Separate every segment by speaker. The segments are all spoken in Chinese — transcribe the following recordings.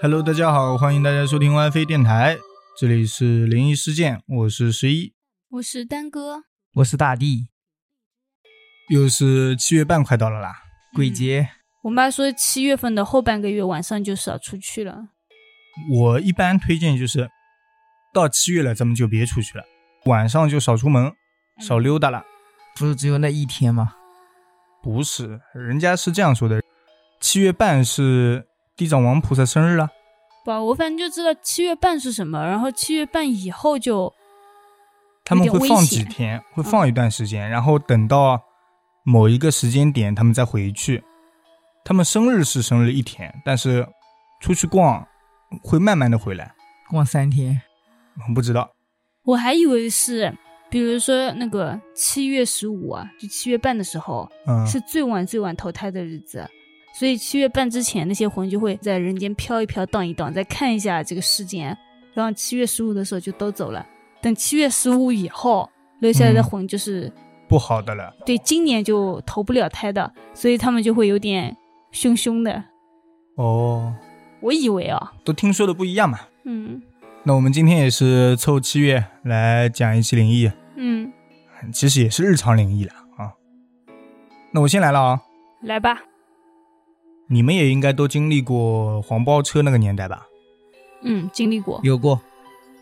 Speaker 1: Hello，大家好，欢迎大家收听 WiFi 电台，这里是灵异事件，我是十一，
Speaker 2: 我是丹哥，
Speaker 3: 我是大地。
Speaker 1: 又是七月半快到了啦，
Speaker 3: 鬼节，
Speaker 2: 我妈说七月份的后半个月晚上就少出去了。
Speaker 1: 嗯我一般推荐就是到七月了，咱们就别出去了，晚上就少出门，少溜达了。
Speaker 3: 嗯不是只有那一天吗？
Speaker 1: 不是，人家是这样说的，七月半是地藏王菩萨生日了。
Speaker 2: 不，我反正就知道七月半是什么，然后七月半以后就
Speaker 1: 他们会放几天，会放一段时间，然后等到某一个时间点，他们再回去。他们生日是生日一天，但是出去逛会慢慢的回来。
Speaker 3: 逛三天，
Speaker 1: 不知道，
Speaker 2: 我还以为是，比如说那个七月十五啊，就七月半的时候，
Speaker 1: 嗯，
Speaker 2: 是最晚最晚投胎的日子，所以七月半之前那些魂就会在人间飘一飘、荡一荡，再看一下这个世间，然后七月十五的时候就都走了。等七月十五以后留下来的
Speaker 1: 嗯
Speaker 2: 魂就是、
Speaker 1: 不好的了。
Speaker 2: 对今年就投不了胎的，所以他们就会有点凶凶的。
Speaker 1: 哦，
Speaker 2: 我以为啊，
Speaker 1: 都听说的不一样嘛。
Speaker 2: 嗯
Speaker 1: 那我们今天也是凑七月来讲一期灵异，
Speaker 2: 嗯，
Speaker 1: 其实也是日常灵异了啊。那我先来了啊，
Speaker 2: 来吧，
Speaker 1: 你们也应该都经历过黄包车那个年代吧？
Speaker 2: 嗯，经历过，
Speaker 3: 有过嗯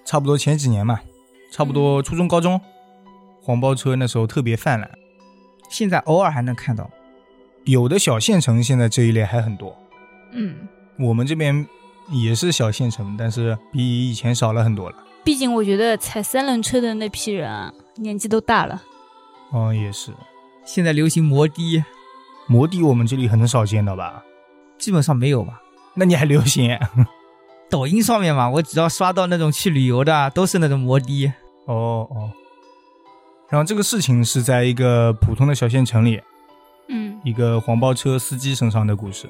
Speaker 1: 差不多前几年嘛，差不多初中、高中，黄包车那时候特别泛滥，
Speaker 3: 现在偶尔还能看到。
Speaker 1: 有的小县城现在这一类还很多。
Speaker 2: 嗯，
Speaker 1: 我们这边也是小县城，但是比以前少了很多了。
Speaker 2: 毕竟我觉得踩三轮车的那批人啊，年纪都大了，
Speaker 1: 哦，也是，
Speaker 3: 现在流行摩的，
Speaker 1: 摩的我们这里很少见到吧？
Speaker 3: 基本上没有吧？
Speaker 1: 那你还流行？啊
Speaker 3: 抖音上面嘛，我只要刷到那种去旅游的，啊都是那种摩的。
Speaker 1: 哦哦。然后这个事情是在一个普通的小县城里，
Speaker 2: 嗯
Speaker 1: 一个黄包车司机身上的故事。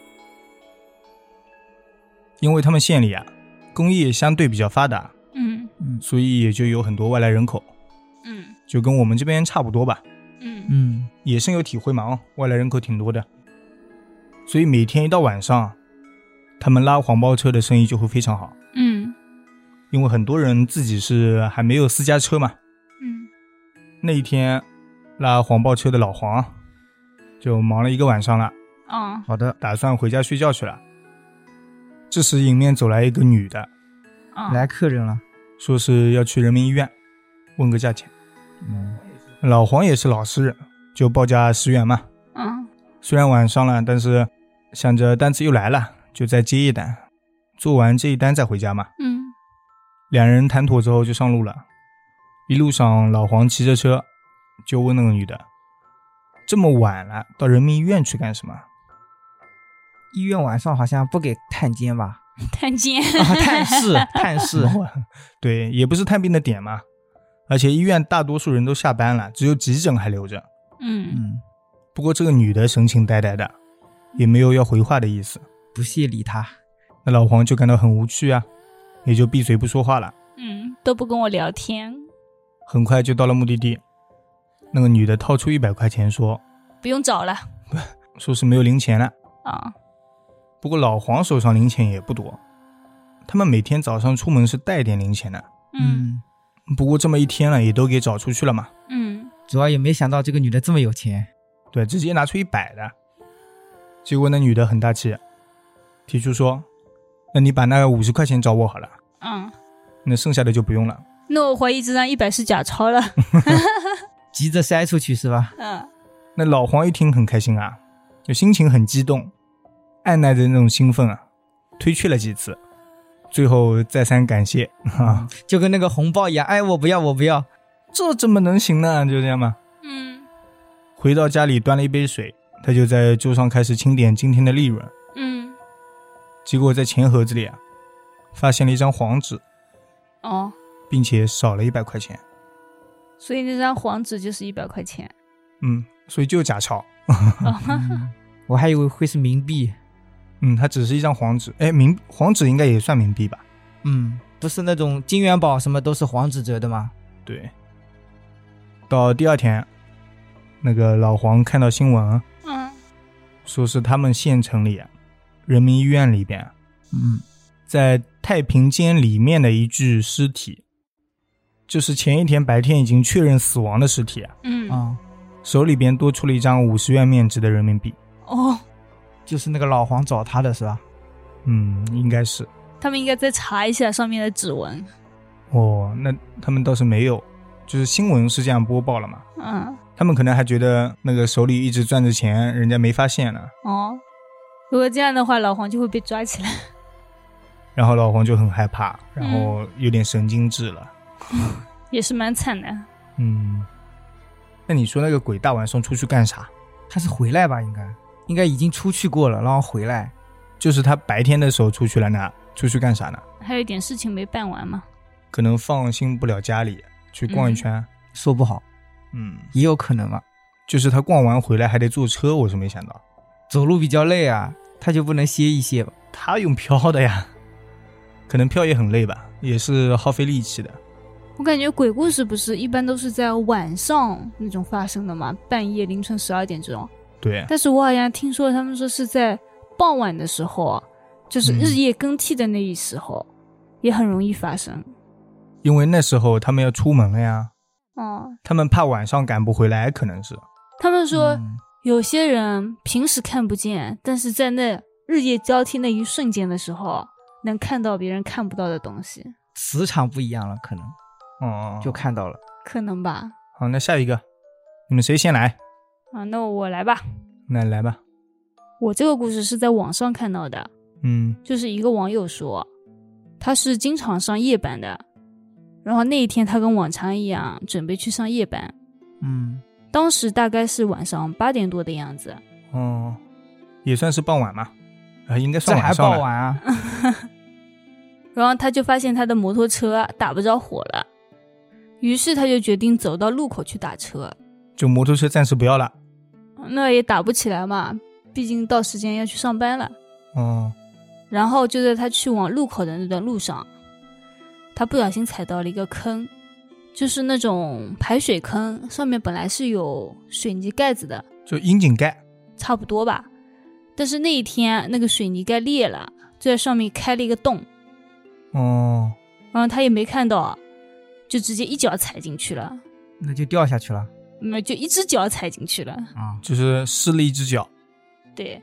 Speaker 1: 因为他们县里啊，工业相对比较发达，
Speaker 2: 嗯
Speaker 3: 嗯
Speaker 1: 所以也就有很多外来人口，
Speaker 2: 嗯
Speaker 1: 就跟我们这边差不多吧，
Speaker 2: 嗯
Speaker 3: 嗯，
Speaker 1: 也深有体会嘛。哦，外来人口挺多的，所以每天一到晚上，他们拉黄包车的生意就会非常好，
Speaker 2: 嗯
Speaker 1: 因为很多人自己是还没有私家车嘛。
Speaker 2: 嗯
Speaker 1: 那一天，拉黄包车的老黄就忙了一个晚上了。
Speaker 2: 啊
Speaker 1: 好的，打算回家睡觉去了。这时迎面走来一个女的，
Speaker 2: 啊，
Speaker 3: 来客人了。
Speaker 1: 说是要去人民医院，问个价钱。
Speaker 3: 嗯，
Speaker 1: 老黄也是老实人，就报价十元嘛。
Speaker 2: 嗯
Speaker 1: 虽然晚上了，但是想着单子又来了，就再接一单，做完这一单再回家嘛。
Speaker 2: 嗯
Speaker 1: 两人谈妥之后就上路了。一路上，老黄骑着车，就问那个女的：“这么晚了，到人民医院去干什么
Speaker 3: 医院晚上好像不给探 监吧？
Speaker 2: 探监，
Speaker 3: 啊，探视，探？”视。
Speaker 1: 对，也不是探病的点嘛。而且医院大多数人都下班了，只有急诊还留着。
Speaker 2: 嗯
Speaker 3: 嗯，
Speaker 1: 不过这个女的神情呆呆的，也没有要回话的意思。
Speaker 3: 不屑理他。
Speaker 1: 那老黄就感到很无趣啊，也就闭嘴不说话了。
Speaker 2: 嗯，都不跟我聊天，
Speaker 1: 很快就到了目的地，那个女的掏出一百块钱说，
Speaker 2: 不用找了
Speaker 1: 说是没有零钱了。
Speaker 2: 啊，
Speaker 1: 不过老黄手上零钱也不多，他们每天早上出门是带点零钱的。
Speaker 2: 嗯，
Speaker 1: 不过这么一天了，也都给找出去了嘛。
Speaker 2: 嗯
Speaker 3: 主要也没想到这个女的这么有钱。
Speaker 1: 对，直接拿出一百的。结果那女的很大气，提出说：“那你把那五十块钱找我好了，
Speaker 2: 嗯，
Speaker 1: 那剩下的就不用了。
Speaker 2: 那我怀疑这张一百是假钞了，
Speaker 3: 急着塞出去是吧？
Speaker 2: 嗯。”
Speaker 1: 那老黄一听很开心啊，就心情很激动，按耐着那种兴奋啊，推却了几次，最后再三感谢啊，
Speaker 3: 就跟那个红包一样，哎，我不要，我不要。
Speaker 1: 这怎么能行呢？就这样嘛。
Speaker 2: 嗯
Speaker 1: 回到家里端了一杯水，他就在桌上开始清点今天的利润。
Speaker 2: 嗯
Speaker 1: 结果在钱盒子里啊，发现了一张黄纸，
Speaker 2: 哦，
Speaker 1: 并且少了一百块钱。
Speaker 2: 所以那张黄纸就是一百块 钱。嗯
Speaker 1: 嗯，所以就是假钞。
Speaker 3: 我还以为会是冥币，
Speaker 1: 嗯，它只是一张黄纸。哎，冥黄纸应该也算冥币吧？
Speaker 3: 嗯，不是那种金元宝什么都是黄纸折的吗？
Speaker 1: 对。到第二天，那个老黄看到新闻，啊
Speaker 2: 嗯，
Speaker 1: 说是他们县城里啊人民医院里边，啊
Speaker 3: 嗯，
Speaker 1: 在太平间里面的一具尸体，就是前一天白天已经确认死亡的尸体，
Speaker 2: 嗯
Speaker 3: 啊，
Speaker 1: 手里边多出了一张五十元面值的人民币。
Speaker 2: 哦，
Speaker 3: 就是那个老黄找他的是吧？
Speaker 1: 嗯，应该是。
Speaker 2: 他们应该再查一下上面的指纹。
Speaker 1: 哦，那他们倒是没有，就是新闻是这样播报了嘛。
Speaker 2: 嗯，
Speaker 1: 他们可能还觉得那个手里一直攥着钱，人家没发现呢。
Speaker 2: 哦，如果这样的话，老黄就会被抓起来。
Speaker 1: 然后老黄就很害怕，然后有点神经质了。
Speaker 2: 也是蛮惨的。
Speaker 1: 嗯，那你说那个鬼大晚上出去干啥？
Speaker 3: 他是回来吧？应该应该已经出去过了，然后回来。
Speaker 1: 就是他白天的时候出去了呢，出去干啥呢？
Speaker 2: 还有一点事情没办完嘛。
Speaker 1: 可能放心不了家里，去逛一圈。
Speaker 3: 说不好，
Speaker 1: 嗯
Speaker 3: 也有可能啊。
Speaker 1: 就是他逛完回来还得坐车，我是没想到
Speaker 3: 走路比较累啊，他就不能歇一歇吧？
Speaker 1: 他用飘的呀，可能飘也很累吧，也是耗费力气的。
Speaker 2: 我感觉鬼故事不是一般都是在晚上那种发生的嘛，半夜凌晨十二点这种。
Speaker 1: 对，
Speaker 2: 但是我好像听说他们说是在傍晚的时候，啊
Speaker 3: 嗯
Speaker 2: 就是日夜更替的那一时候，也很容易发生。
Speaker 1: 因为那时候他们要出门了呀，
Speaker 2: 哦，
Speaker 1: 他们怕晚上赶不回来，可能是。
Speaker 2: 他们说
Speaker 3: 嗯
Speaker 2: 有些人平时看不见，但是在那日夜交替那一瞬间的时候，能看到别人看不到的东西，
Speaker 3: 磁场不一样了，可能
Speaker 1: 哦、
Speaker 3: 就看到了。
Speaker 2: 可能吧？
Speaker 1: 好，那下一个，你们谁先来？
Speaker 2: 啊，那我来吧。
Speaker 1: 那来吧。
Speaker 2: 我这个故事是在网上看到的，
Speaker 1: 嗯
Speaker 2: 就是一个网友说，他是经常上夜班的，然后那一天他跟往常一样准备去上夜班，
Speaker 3: 嗯，
Speaker 2: 当时大概是晚上八点多的样子，
Speaker 1: 哦，也算是傍晚嘛，啊、应该
Speaker 3: 这
Speaker 1: 算
Speaker 3: 还
Speaker 1: 晚上嗯
Speaker 3: 傍
Speaker 1: 了。
Speaker 3: 晚啊？
Speaker 2: 然后他就发现他的摩托车打不着火了，于是他就决定走到路口去打车，
Speaker 1: 就摩托车暂时不要了。
Speaker 2: 那也打不起来嘛，毕竟到时间要去上班了。
Speaker 1: 哦，
Speaker 2: 然后就在他去往路口的那段路上，他不小心踩到了一个坑，就是那种排水坑，上面本来是有水泥盖子的，
Speaker 1: 就窨井盖。
Speaker 2: 差不多吧。但是那一天那个水泥盖裂了，就在上面开了一个洞，
Speaker 1: 哦，
Speaker 2: 然后他也没看到，就直接一脚踩进去了，
Speaker 3: 那就掉下去了
Speaker 2: 没就一只脚踩进去了。
Speaker 3: 啊！
Speaker 1: 就是湿了一只脚。
Speaker 2: 对，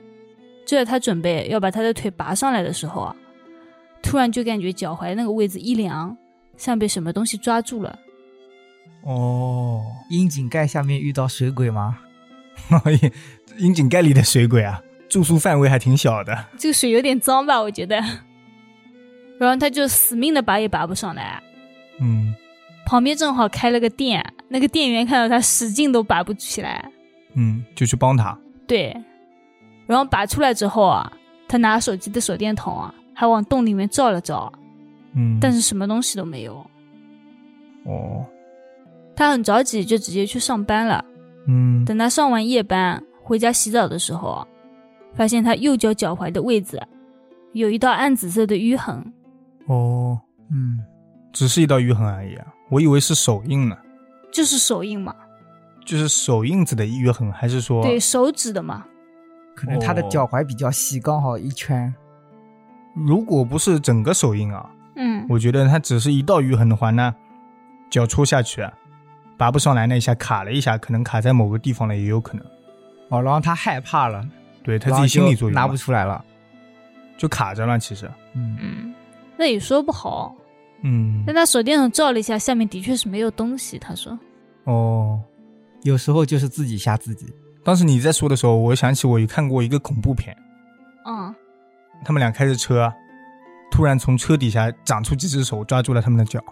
Speaker 2: 就在他准备要把他的腿拔上来的时候啊，突然就感觉脚踝那个位置一凉，像被什么东西抓住了。
Speaker 1: 哦，
Speaker 3: 窨井盖下面遇到水鬼吗？
Speaker 1: 窨井盖里的水鬼啊，住宿范围还挺小的。
Speaker 2: 这个水有点脏吧，我觉得。 然后他就死命的拔也拔不上来，
Speaker 1: 嗯
Speaker 2: 旁边正好开了个店，那个店员看到他使劲都拔不起来，
Speaker 1: 嗯，就去帮他。
Speaker 2: 对。然后拔出来之后啊，他拿手机的手电筒啊，还往洞里面照了照，
Speaker 1: 嗯，
Speaker 2: 但是什么东西都没有。
Speaker 1: 哦，
Speaker 2: 他很着急，就直接去上班了。
Speaker 1: 嗯，
Speaker 2: 等他上完夜班回家洗澡的时候，啊发现他右脚脚踝的位置有一道暗紫色的淤痕。
Speaker 1: 哦，
Speaker 3: 嗯，
Speaker 1: 只是一道淤痕而已啊，我以为是手印呢，
Speaker 2: 就是手印嘛，
Speaker 1: 就是手印子的淤痕，还是说
Speaker 2: 对手指的嘛，
Speaker 3: 可能他的
Speaker 1: 哦
Speaker 3: 脚踝比较细，刚好一圈。
Speaker 1: 如果不是整个手印啊，
Speaker 2: 嗯，
Speaker 1: 我觉得它只是一道淤痕的话，那脚啊戳下去，啊拔不上来那一下卡了一下，可能卡在某个地方了，也有可能。
Speaker 3: 哦，然后他害怕了，
Speaker 1: 对他
Speaker 3: 然
Speaker 1: 自
Speaker 3: 后
Speaker 1: 己心理作
Speaker 3: 就
Speaker 1: 用嘛，
Speaker 3: 拿不出来了。
Speaker 1: 就卡着了。其实，
Speaker 3: 嗯，
Speaker 2: 嗯，那也说不好。
Speaker 1: 嗯
Speaker 2: 但，他手电筒照了一下，下面的确是没有东西。他说，
Speaker 1: 哦，
Speaker 3: 有时候就是自己吓自己。
Speaker 1: 当时你在说的时候，我想起我有看过一个恐怖片，
Speaker 2: 嗯，
Speaker 1: 他们俩开着车，啊突然从车底下长出几只手，抓住了他们的脚，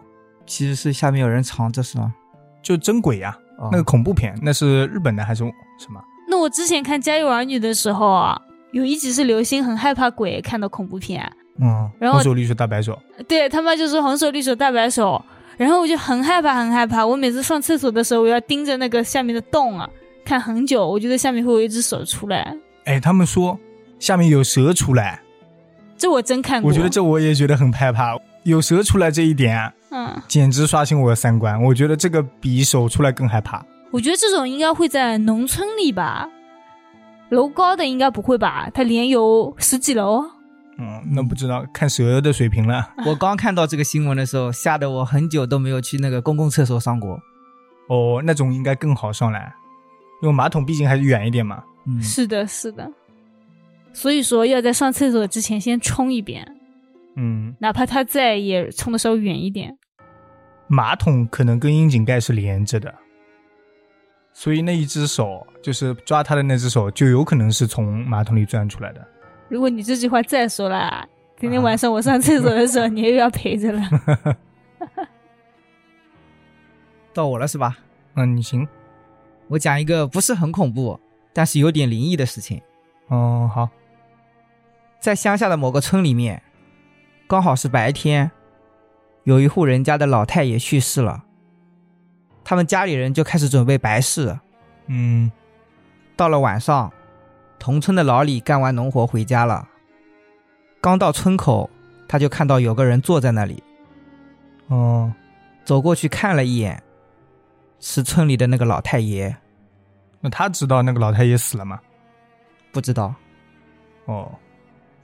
Speaker 3: 其实是下面有人藏着是吗？
Speaker 1: 就真鬼呀、
Speaker 3: 哦
Speaker 1: 那个恐怖片，那是日本的还是什么？
Speaker 2: 那我之前看《家有儿女》的时候啊，有一集是刘星很害怕鬼，看到恐怖片，
Speaker 1: 嗯，
Speaker 2: 然后
Speaker 1: 红手绿手大白手，
Speaker 2: 对他妈就是红手绿手大白手，然后我就很害怕很害怕，我每次上厕所的时候，我要盯着那个下面的洞啊看很久，我觉得下面会有一只手出来，
Speaker 1: 哎，他们说下面有蛇出来，
Speaker 2: 这我真看过。
Speaker 1: 我觉得这我也觉得很害怕，有蛇出来这一点啊
Speaker 2: 嗯，
Speaker 1: 简直刷新我的三观。我觉得这个比手出来更害怕。
Speaker 2: 我觉得这种应该会在农村里吧，楼高的应该不会吧？它连有十几楼，
Speaker 1: 嗯，那不知道看蛇的水平了。
Speaker 2: 嗯
Speaker 3: 我刚看到这个新闻的时候，吓得我很久都没有去那个公共厕所上过。
Speaker 1: 哦，那种应该更好上来，因为马桶毕竟还是远一点嘛。
Speaker 3: 嗯，
Speaker 2: 是的，是的。所以说要在上厕所之前先冲一遍，
Speaker 1: 嗯，
Speaker 2: 哪怕它在也冲的稍微远一点。
Speaker 1: 马桶可能跟窨井盖是连着的，所以那一只手就是抓他的那只手，就有可能是从马桶里钻出来的。
Speaker 2: 如果你这句话再说了，啊今天晚上我上厕所的时候，你又要陪着了。
Speaker 3: 到我了是吧？
Speaker 1: 嗯，你行，
Speaker 3: 我讲一个不是很恐怖，但是有点灵异的事情。
Speaker 1: 哦，好，
Speaker 3: 在乡下的某个村里面，刚好是白天，有一户人家的老太爷去世了，他们家里人就开始准备白事。
Speaker 1: 嗯，
Speaker 3: 到了晚上，同村的老李干完农活回家了，刚到村口，他就看到有个人坐在那里，
Speaker 1: 哦，
Speaker 3: 走过去看了一眼，是村里的那个老太爷，
Speaker 1: 那他知道那个老太爷死了吗？
Speaker 3: 不知道。
Speaker 1: 哦，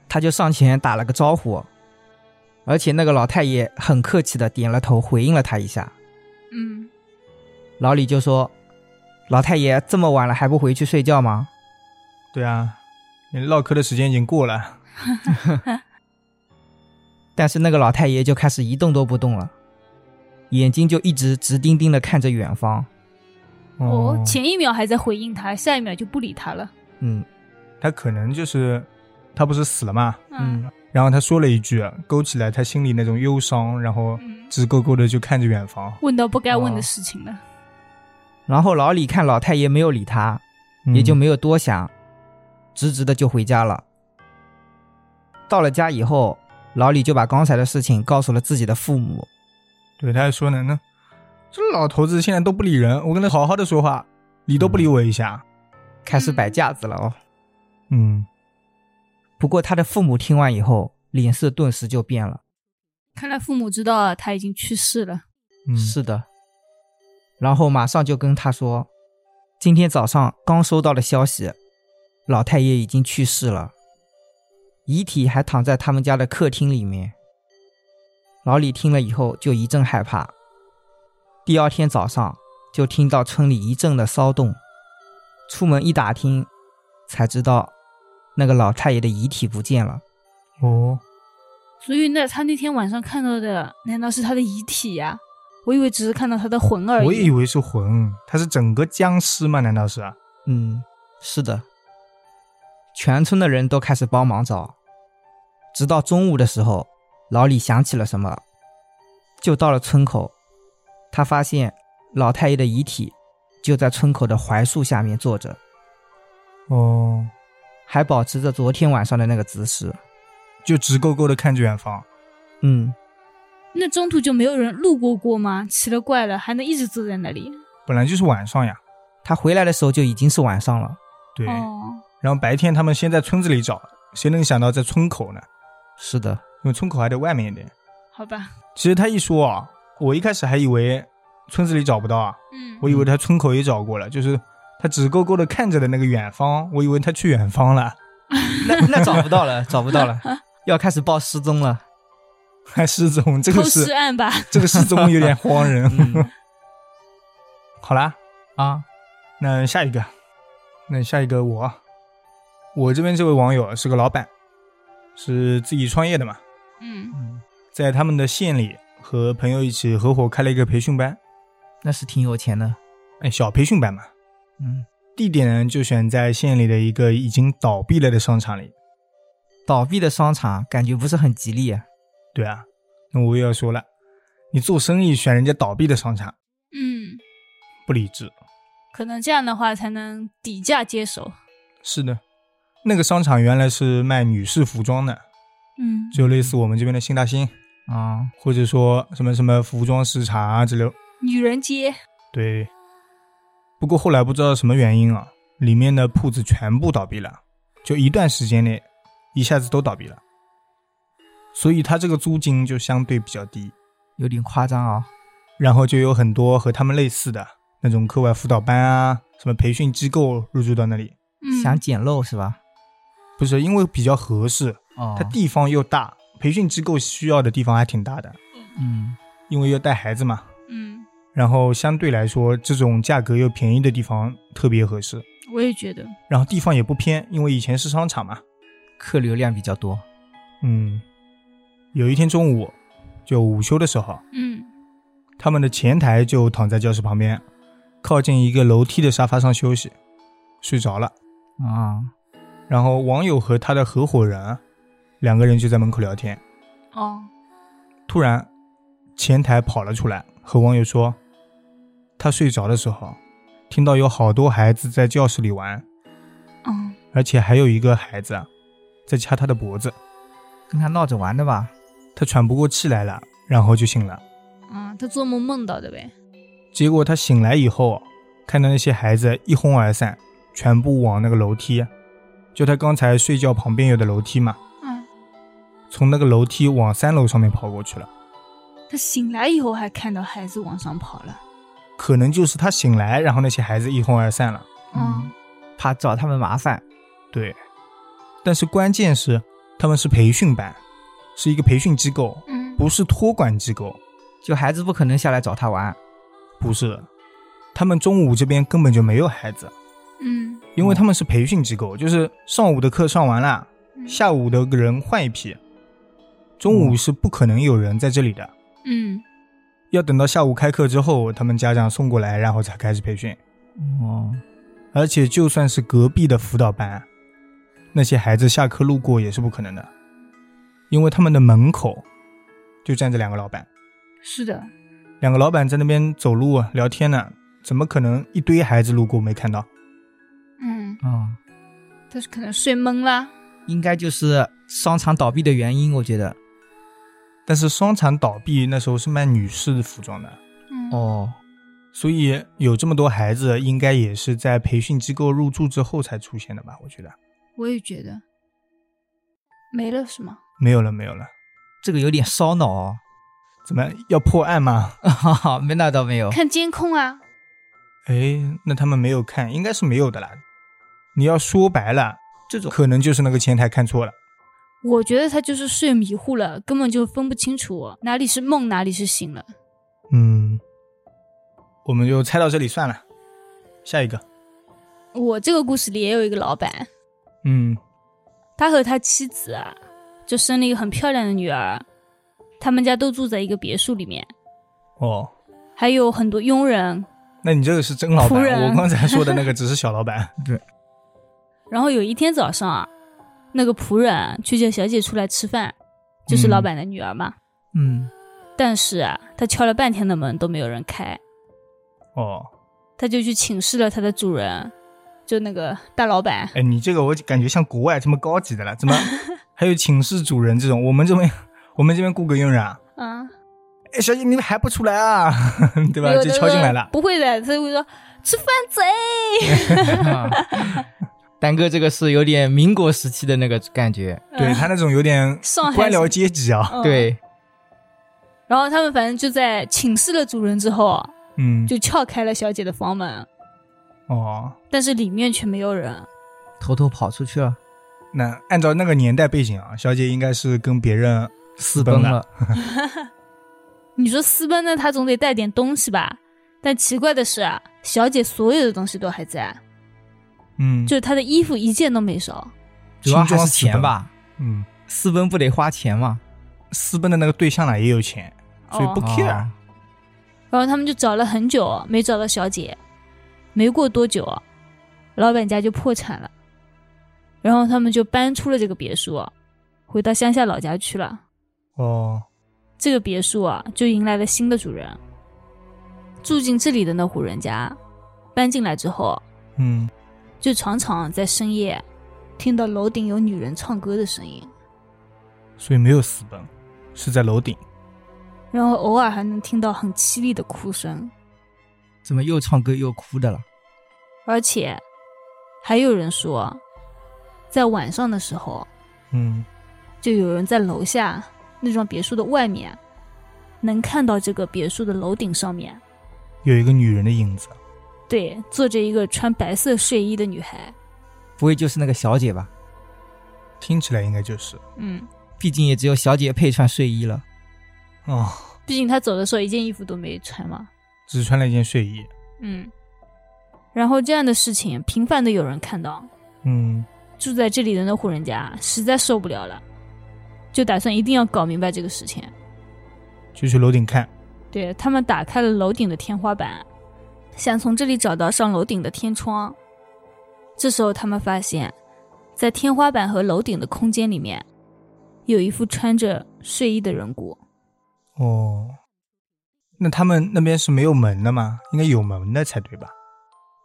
Speaker 3: 他就上前打了个招呼，而且那个老太爷很客气的点了头回应了他一下。
Speaker 2: 嗯，
Speaker 3: 老李就说：“老太爷这么晚了还不回去睡觉吗
Speaker 1: 对啊，你唠嗑的时间已经过了。？”
Speaker 3: 但是那个老太爷就开始一动都不动了，眼睛就一直直盯盯的看着远方。
Speaker 2: 哦，
Speaker 1: 嗯
Speaker 2: 前一秒还在回应他，下一秒就不理他了。
Speaker 3: 嗯
Speaker 1: 他可能就是他不是死了嘛，
Speaker 2: 啊
Speaker 3: 嗯，
Speaker 1: 然后他说了一句，勾起来他心里那种忧伤，然后
Speaker 2: 嗯，
Speaker 1: 直勾勾的就看着远方。
Speaker 2: 问到不该问
Speaker 1: 哦
Speaker 2: 的事情了。
Speaker 3: 然后老李看老太爷没有理他，
Speaker 1: 嗯
Speaker 3: 也就没有多想，直直的就回家了。到了家以后，老李就把刚才的事情告诉了自己的父母。
Speaker 1: 对，他还说呢，那这老头子现在都不理人，我跟他好好的说话，理都不理我一下。
Speaker 3: 开始摆架子了哦。
Speaker 1: 嗯，
Speaker 3: 不过他的父母听完以后，脸色顿时就变了。
Speaker 2: 看来父母知道啊，他已经去世了。
Speaker 1: 嗯
Speaker 3: 是的，然后马上就跟他说，今天早上刚收到了消息，老太爷已经去世了，遗体还躺在他们家的客厅里面。老李听了以后就一阵害怕。第二天早上就听到村里一阵的骚动，出门一打听，才知道那个老太爷的遗体不见了。
Speaker 1: 哦，
Speaker 2: 所以那他那天晚上看到的，难道是他的遗体呀、我以为只是看到他的魂而已。
Speaker 1: 我也以为是魂，他是整个僵尸吗？难道是？啊
Speaker 3: 嗯，是的，全村的人都开始帮忙找，直到中午的时候，老李想起了什么，就到了村口，他发现老太爷的遗体就在村口的槐树下面坐着，
Speaker 1: 哦，
Speaker 3: 还保持着昨天晚上的那个姿势。
Speaker 1: 就直勾勾的看着远方。
Speaker 3: 嗯，
Speaker 2: 那中途就没有人路过过吗？奇了怪了，还能一直坐在那里？
Speaker 1: 本来就是晚上呀，
Speaker 3: 他回来的时候就已经是晚上了。
Speaker 1: 对。
Speaker 2: 哦，
Speaker 1: 然后白天他们先在村子里找，谁能想到在村口呢？
Speaker 3: 是的，
Speaker 1: 因为村口还得外面一点。
Speaker 2: 好吧，
Speaker 1: 其实他一说啊，我一开始还以为村子里找不到啊，
Speaker 2: 嗯，
Speaker 1: 我以为他村口也找过了，就是他直勾勾的看着的那个远方，我以为他去远方了，
Speaker 3: 那那找不到了，找不到了，要开始报失踪了。
Speaker 1: 还失踪，这
Speaker 2: 偷
Speaker 1: 个
Speaker 2: 尸
Speaker 1: 是
Speaker 2: 案吧，
Speaker 1: 这个失踪有点慌人。
Speaker 3: 嗯
Speaker 1: 好啦，
Speaker 3: 啊，
Speaker 1: 那下一个，那下一个我，啊我这边这位网友是个老板，是自己创业的嘛，
Speaker 2: 嗯，
Speaker 1: 在他们的县里和朋友一起合伙开了一个培训班，
Speaker 3: 那是挺有钱的。
Speaker 1: 哎，小培训班嘛，
Speaker 3: 嗯，
Speaker 1: 地点呢就选在县里的一个已经倒闭了的商场里。
Speaker 3: 倒闭的商场感觉不是很吉利啊。
Speaker 1: 对啊，那我又要说了，你做生意选人家倒闭的商场
Speaker 2: 嗯，
Speaker 1: 不理智。
Speaker 2: 可能这样的话才能底价接手。
Speaker 1: 是的，那个商场原来是卖女士服装的，
Speaker 2: 嗯，
Speaker 1: 就类似我们这边的新大兴，
Speaker 3: 啊，
Speaker 1: 或者说什么什么服装市场啊之类。
Speaker 2: 女人街，
Speaker 1: 对，不过后来不知道什么原因啊，里面的铺子全部倒闭了，就一段时间内一下子都倒闭了，所以它这个租金就相对比较低。
Speaker 3: 有点夸张啊、
Speaker 1: 然后就有很多和他们类似的那种课外辅导班啊，什么培训机构入驻到那里。
Speaker 2: 嗯，
Speaker 3: 想捡漏是吧？
Speaker 1: 不是因为比较合适，
Speaker 3: 哦
Speaker 1: 它，地方又大，培训机构需要的地方还挺大的，
Speaker 3: 嗯，
Speaker 1: 因为要带孩子嘛。
Speaker 2: 嗯，
Speaker 1: 然后相对来说，这种价格又便宜的地方特别合适。
Speaker 2: 我也觉得，
Speaker 1: 然后地方也不偏，因为以前是商场嘛。
Speaker 3: 客流量比较多，
Speaker 1: 嗯，有一天中午，就午休的时候，
Speaker 2: 嗯
Speaker 1: 他们的前台就躺在教室旁边，靠近一个楼梯的沙发上休息，睡着了。
Speaker 3: 啊，
Speaker 1: 然后网友和他的合伙人两个人就在门口聊天。
Speaker 2: 哦，
Speaker 1: 突然，前台跑了出来，和网友说，他睡着的时候，听到有好多孩子在教室里玩，
Speaker 2: 嗯，
Speaker 1: 而且还有一个孩子啊在掐他的脖子，
Speaker 3: 跟他闹着玩的吧？
Speaker 1: 他喘不过气来了，然后就醒了。
Speaker 2: 啊，他做梦梦到的呗，
Speaker 1: 结果他醒来以后，看到那些孩子一哄而散，全部往那个楼梯，就他刚才睡觉旁边有的楼梯嘛，
Speaker 2: 嗯，
Speaker 1: 从那个楼梯往三楼上面跑过去了。
Speaker 2: 他醒来以后还看到孩子往上跑了，
Speaker 1: 可能就是他醒来，然后那些孩子一哄而散了。
Speaker 3: 嗯
Speaker 2: 嗯，
Speaker 3: 怕找他们麻烦，
Speaker 1: 对，但是关键是他们是培训班，是一个培训机构，
Speaker 2: 嗯，
Speaker 1: 不是托管机构，
Speaker 3: 就孩子不可能下来找他玩，
Speaker 1: 不是。他们中午这边根本就没有孩子，
Speaker 2: 嗯，
Speaker 1: 因为他们是培训机构，就是上午的课上完了，
Speaker 2: 嗯
Speaker 1: 下午的人换一批，中午是不可能有人在这里的，
Speaker 2: 嗯
Speaker 1: 要等到下午开课之后，他们家长送过来，然后才开始培训。
Speaker 3: 哦，
Speaker 1: 而且就算是隔壁的辅导班，那些孩子下课路过也是不可能的，因为他们的门口就站着两个老板，
Speaker 2: 是的，
Speaker 1: 两个老板在那边走路啊聊天呢，怎么可能一堆孩子路过没看到？
Speaker 2: 嗯，
Speaker 3: 嗯，
Speaker 2: 他是可能睡懵了，
Speaker 3: 应该就是商场倒闭的原因，我觉得，
Speaker 1: 但是商场倒闭那时候是卖女士服装的，
Speaker 2: 嗯，
Speaker 3: 哦，
Speaker 1: 所以有这么多孩子，应该也是在培训机构入住之后才出现的吧？我觉得
Speaker 2: 我也觉得没了是吗？
Speaker 1: 没有了，没有了，
Speaker 3: 这个有点烧脑哦，
Speaker 1: 怎么要破案吗？
Speaker 3: 哈哈，没那倒没有，
Speaker 2: 看监控啊，
Speaker 1: 哎，那他们没有看，应该是没有的啦。你要说白了，
Speaker 3: 这种
Speaker 1: 可能就是那个前台看错了。
Speaker 2: 我觉得他就是睡迷糊了，根本就分不清楚哪里是梦，哪里是醒了。
Speaker 1: 嗯，我们就猜到这里算了。下一个，
Speaker 2: 我这个故事里也有一个老板，
Speaker 1: 嗯
Speaker 2: 他和他妻子啊，就生了一个很漂亮的女儿，他们家都住在一个别墅里面，
Speaker 1: 哦，
Speaker 2: 还有很多佣人。
Speaker 1: 那你这个是真老
Speaker 2: 仆
Speaker 1: 板，
Speaker 2: 人
Speaker 1: 我刚才说的那个只是小老板。
Speaker 2: 然后有一天早上啊，那个仆人去叫小姐出来吃饭，就是
Speaker 1: 嗯
Speaker 2: 老板的女儿嘛。
Speaker 3: 嗯，
Speaker 2: 但是啊，他敲了半天的门都没有人开，
Speaker 1: 哦，
Speaker 2: 他就去请示了他的主人，就那个大老板。
Speaker 1: 哎，你这个我感觉像国外这么高级的了，怎么还有寝室主人这种？我们这边我们这边雇个佣人啊，
Speaker 2: 嗯，
Speaker 1: 哎，小姐你们还不出来啊， 对吧？就敲进来了。
Speaker 2: 不会的，他就会说吃饭贼。
Speaker 3: 丹哥这个是有点民国时期的那个感觉，
Speaker 1: 对他那种有点
Speaker 2: 上海
Speaker 1: 官僚阶级啊，
Speaker 2: 嗯。
Speaker 3: 对，
Speaker 2: 然后他们反正就在请示了主人之后，
Speaker 1: 嗯，
Speaker 2: 就撬开了小姐的房门，
Speaker 1: 哦，
Speaker 2: 但是里面却没有人。
Speaker 3: 偷偷跑出去了，
Speaker 1: 那按照那个年代背景啊，小姐应该是跟别人私
Speaker 3: 奔
Speaker 1: 奔
Speaker 3: 了，
Speaker 2: 你说私奔呢，他总得带点东西吧？但奇怪的是啊，小姐所有的东西都还在，
Speaker 1: 嗯，
Speaker 2: 就是她的衣服一件都没少。
Speaker 3: 主要
Speaker 1: 轻
Speaker 3: 还
Speaker 1: 装
Speaker 3: 是
Speaker 1: 私奔
Speaker 3: 钱，吧，
Speaker 1: 嗯，
Speaker 3: 私奔不得花钱嘛，
Speaker 1: 私奔的那个对象呢也有钱，所以不
Speaker 2: 哦
Speaker 1: care，、
Speaker 3: 哦
Speaker 2: 然后他们就找了很久，没找到小姐。没过多久，老板家就破产了，然后他们就搬出了这个别墅，回到乡下老家去了。
Speaker 1: 哦，
Speaker 2: 这个别墅啊，就迎来了新的主人。住进这里的那户人家，搬进来之后，
Speaker 1: 嗯，
Speaker 2: 就常常在深夜听到楼顶有女人唱歌的声音。
Speaker 1: 所以没有私奔，是在楼顶。
Speaker 2: 然后偶尔还能听到很凄厉的哭声，
Speaker 3: 怎么又唱歌又哭的了？
Speaker 2: 而且还有人说，在晚上的时候，
Speaker 1: 嗯，
Speaker 2: 就有人在楼下那幢别墅的外面，能看到这个别墅的楼顶上面，
Speaker 1: 有一个女人的影子。
Speaker 2: 对，坐着一个穿白色睡衣的女孩。
Speaker 3: 不会就是那个小姐吧？
Speaker 1: 听起来应该就是
Speaker 2: 嗯，
Speaker 3: 毕竟也只有小姐配穿睡衣了。
Speaker 1: 哦，
Speaker 2: 毕竟她走的时候一件衣服都没穿嘛。
Speaker 1: 只穿了一件睡衣。
Speaker 2: 嗯，然后这样的事情频繁的有人看到，
Speaker 1: 嗯，
Speaker 2: 住在这里的那户人家实在受不了了，就打算一定要搞明白这个事情。
Speaker 1: 就去楼顶看。
Speaker 2: 对他们打开了楼顶的天花板，想从这里找到上楼顶的天窗。这时候他们发现，在天花板和楼顶的空间里面，有一副穿着睡衣的人骨。
Speaker 1: 哦，那他们那边是没有门的吗？应该有门的才对吧？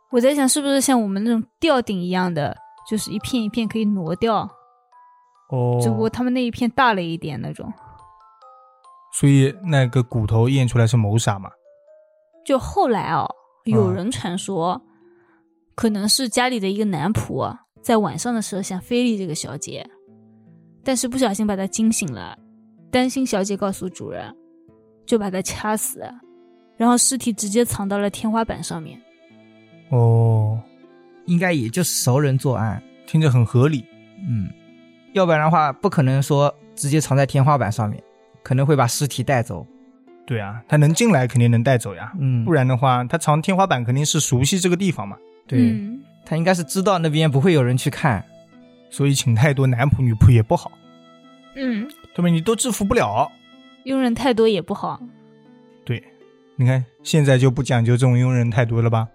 Speaker 2: 我在想，是不是像我们那种吊顶一样的，就是一片一片可以挪掉，
Speaker 1: 哦
Speaker 2: 只不过他们那一片大了一点那种。
Speaker 1: 所以那个骨头验出来是谋杀嘛？
Speaker 2: 就后来哦，有
Speaker 1: 嗯
Speaker 2: 人传说，可能是家里的一个男仆在晚上的时候想非礼这个小姐，但是不小心把她惊醒了，担心小姐告诉主人，就把她掐死，然后尸体直接藏到了天花板上面。
Speaker 1: 哦，
Speaker 3: 应该也就是熟人作案。
Speaker 1: 听着很合理。
Speaker 3: 嗯，要不然的话，不可能说直接藏在天花板上面，可能会把尸体带走。
Speaker 1: 对啊，他能进来肯定能带走呀，
Speaker 3: 嗯，
Speaker 1: 不然的话，他藏天花板肯定是熟悉这个地方嘛，
Speaker 3: 对、
Speaker 2: 嗯，
Speaker 3: 他应该是知道那边不会有人去看。
Speaker 1: 所以请太多男仆女仆也不好，
Speaker 2: 嗯，
Speaker 1: 对吧？你都制服不了。
Speaker 2: 佣人太多也不好。
Speaker 1: 对，你看现在就不讲究这种佣人太多了吧？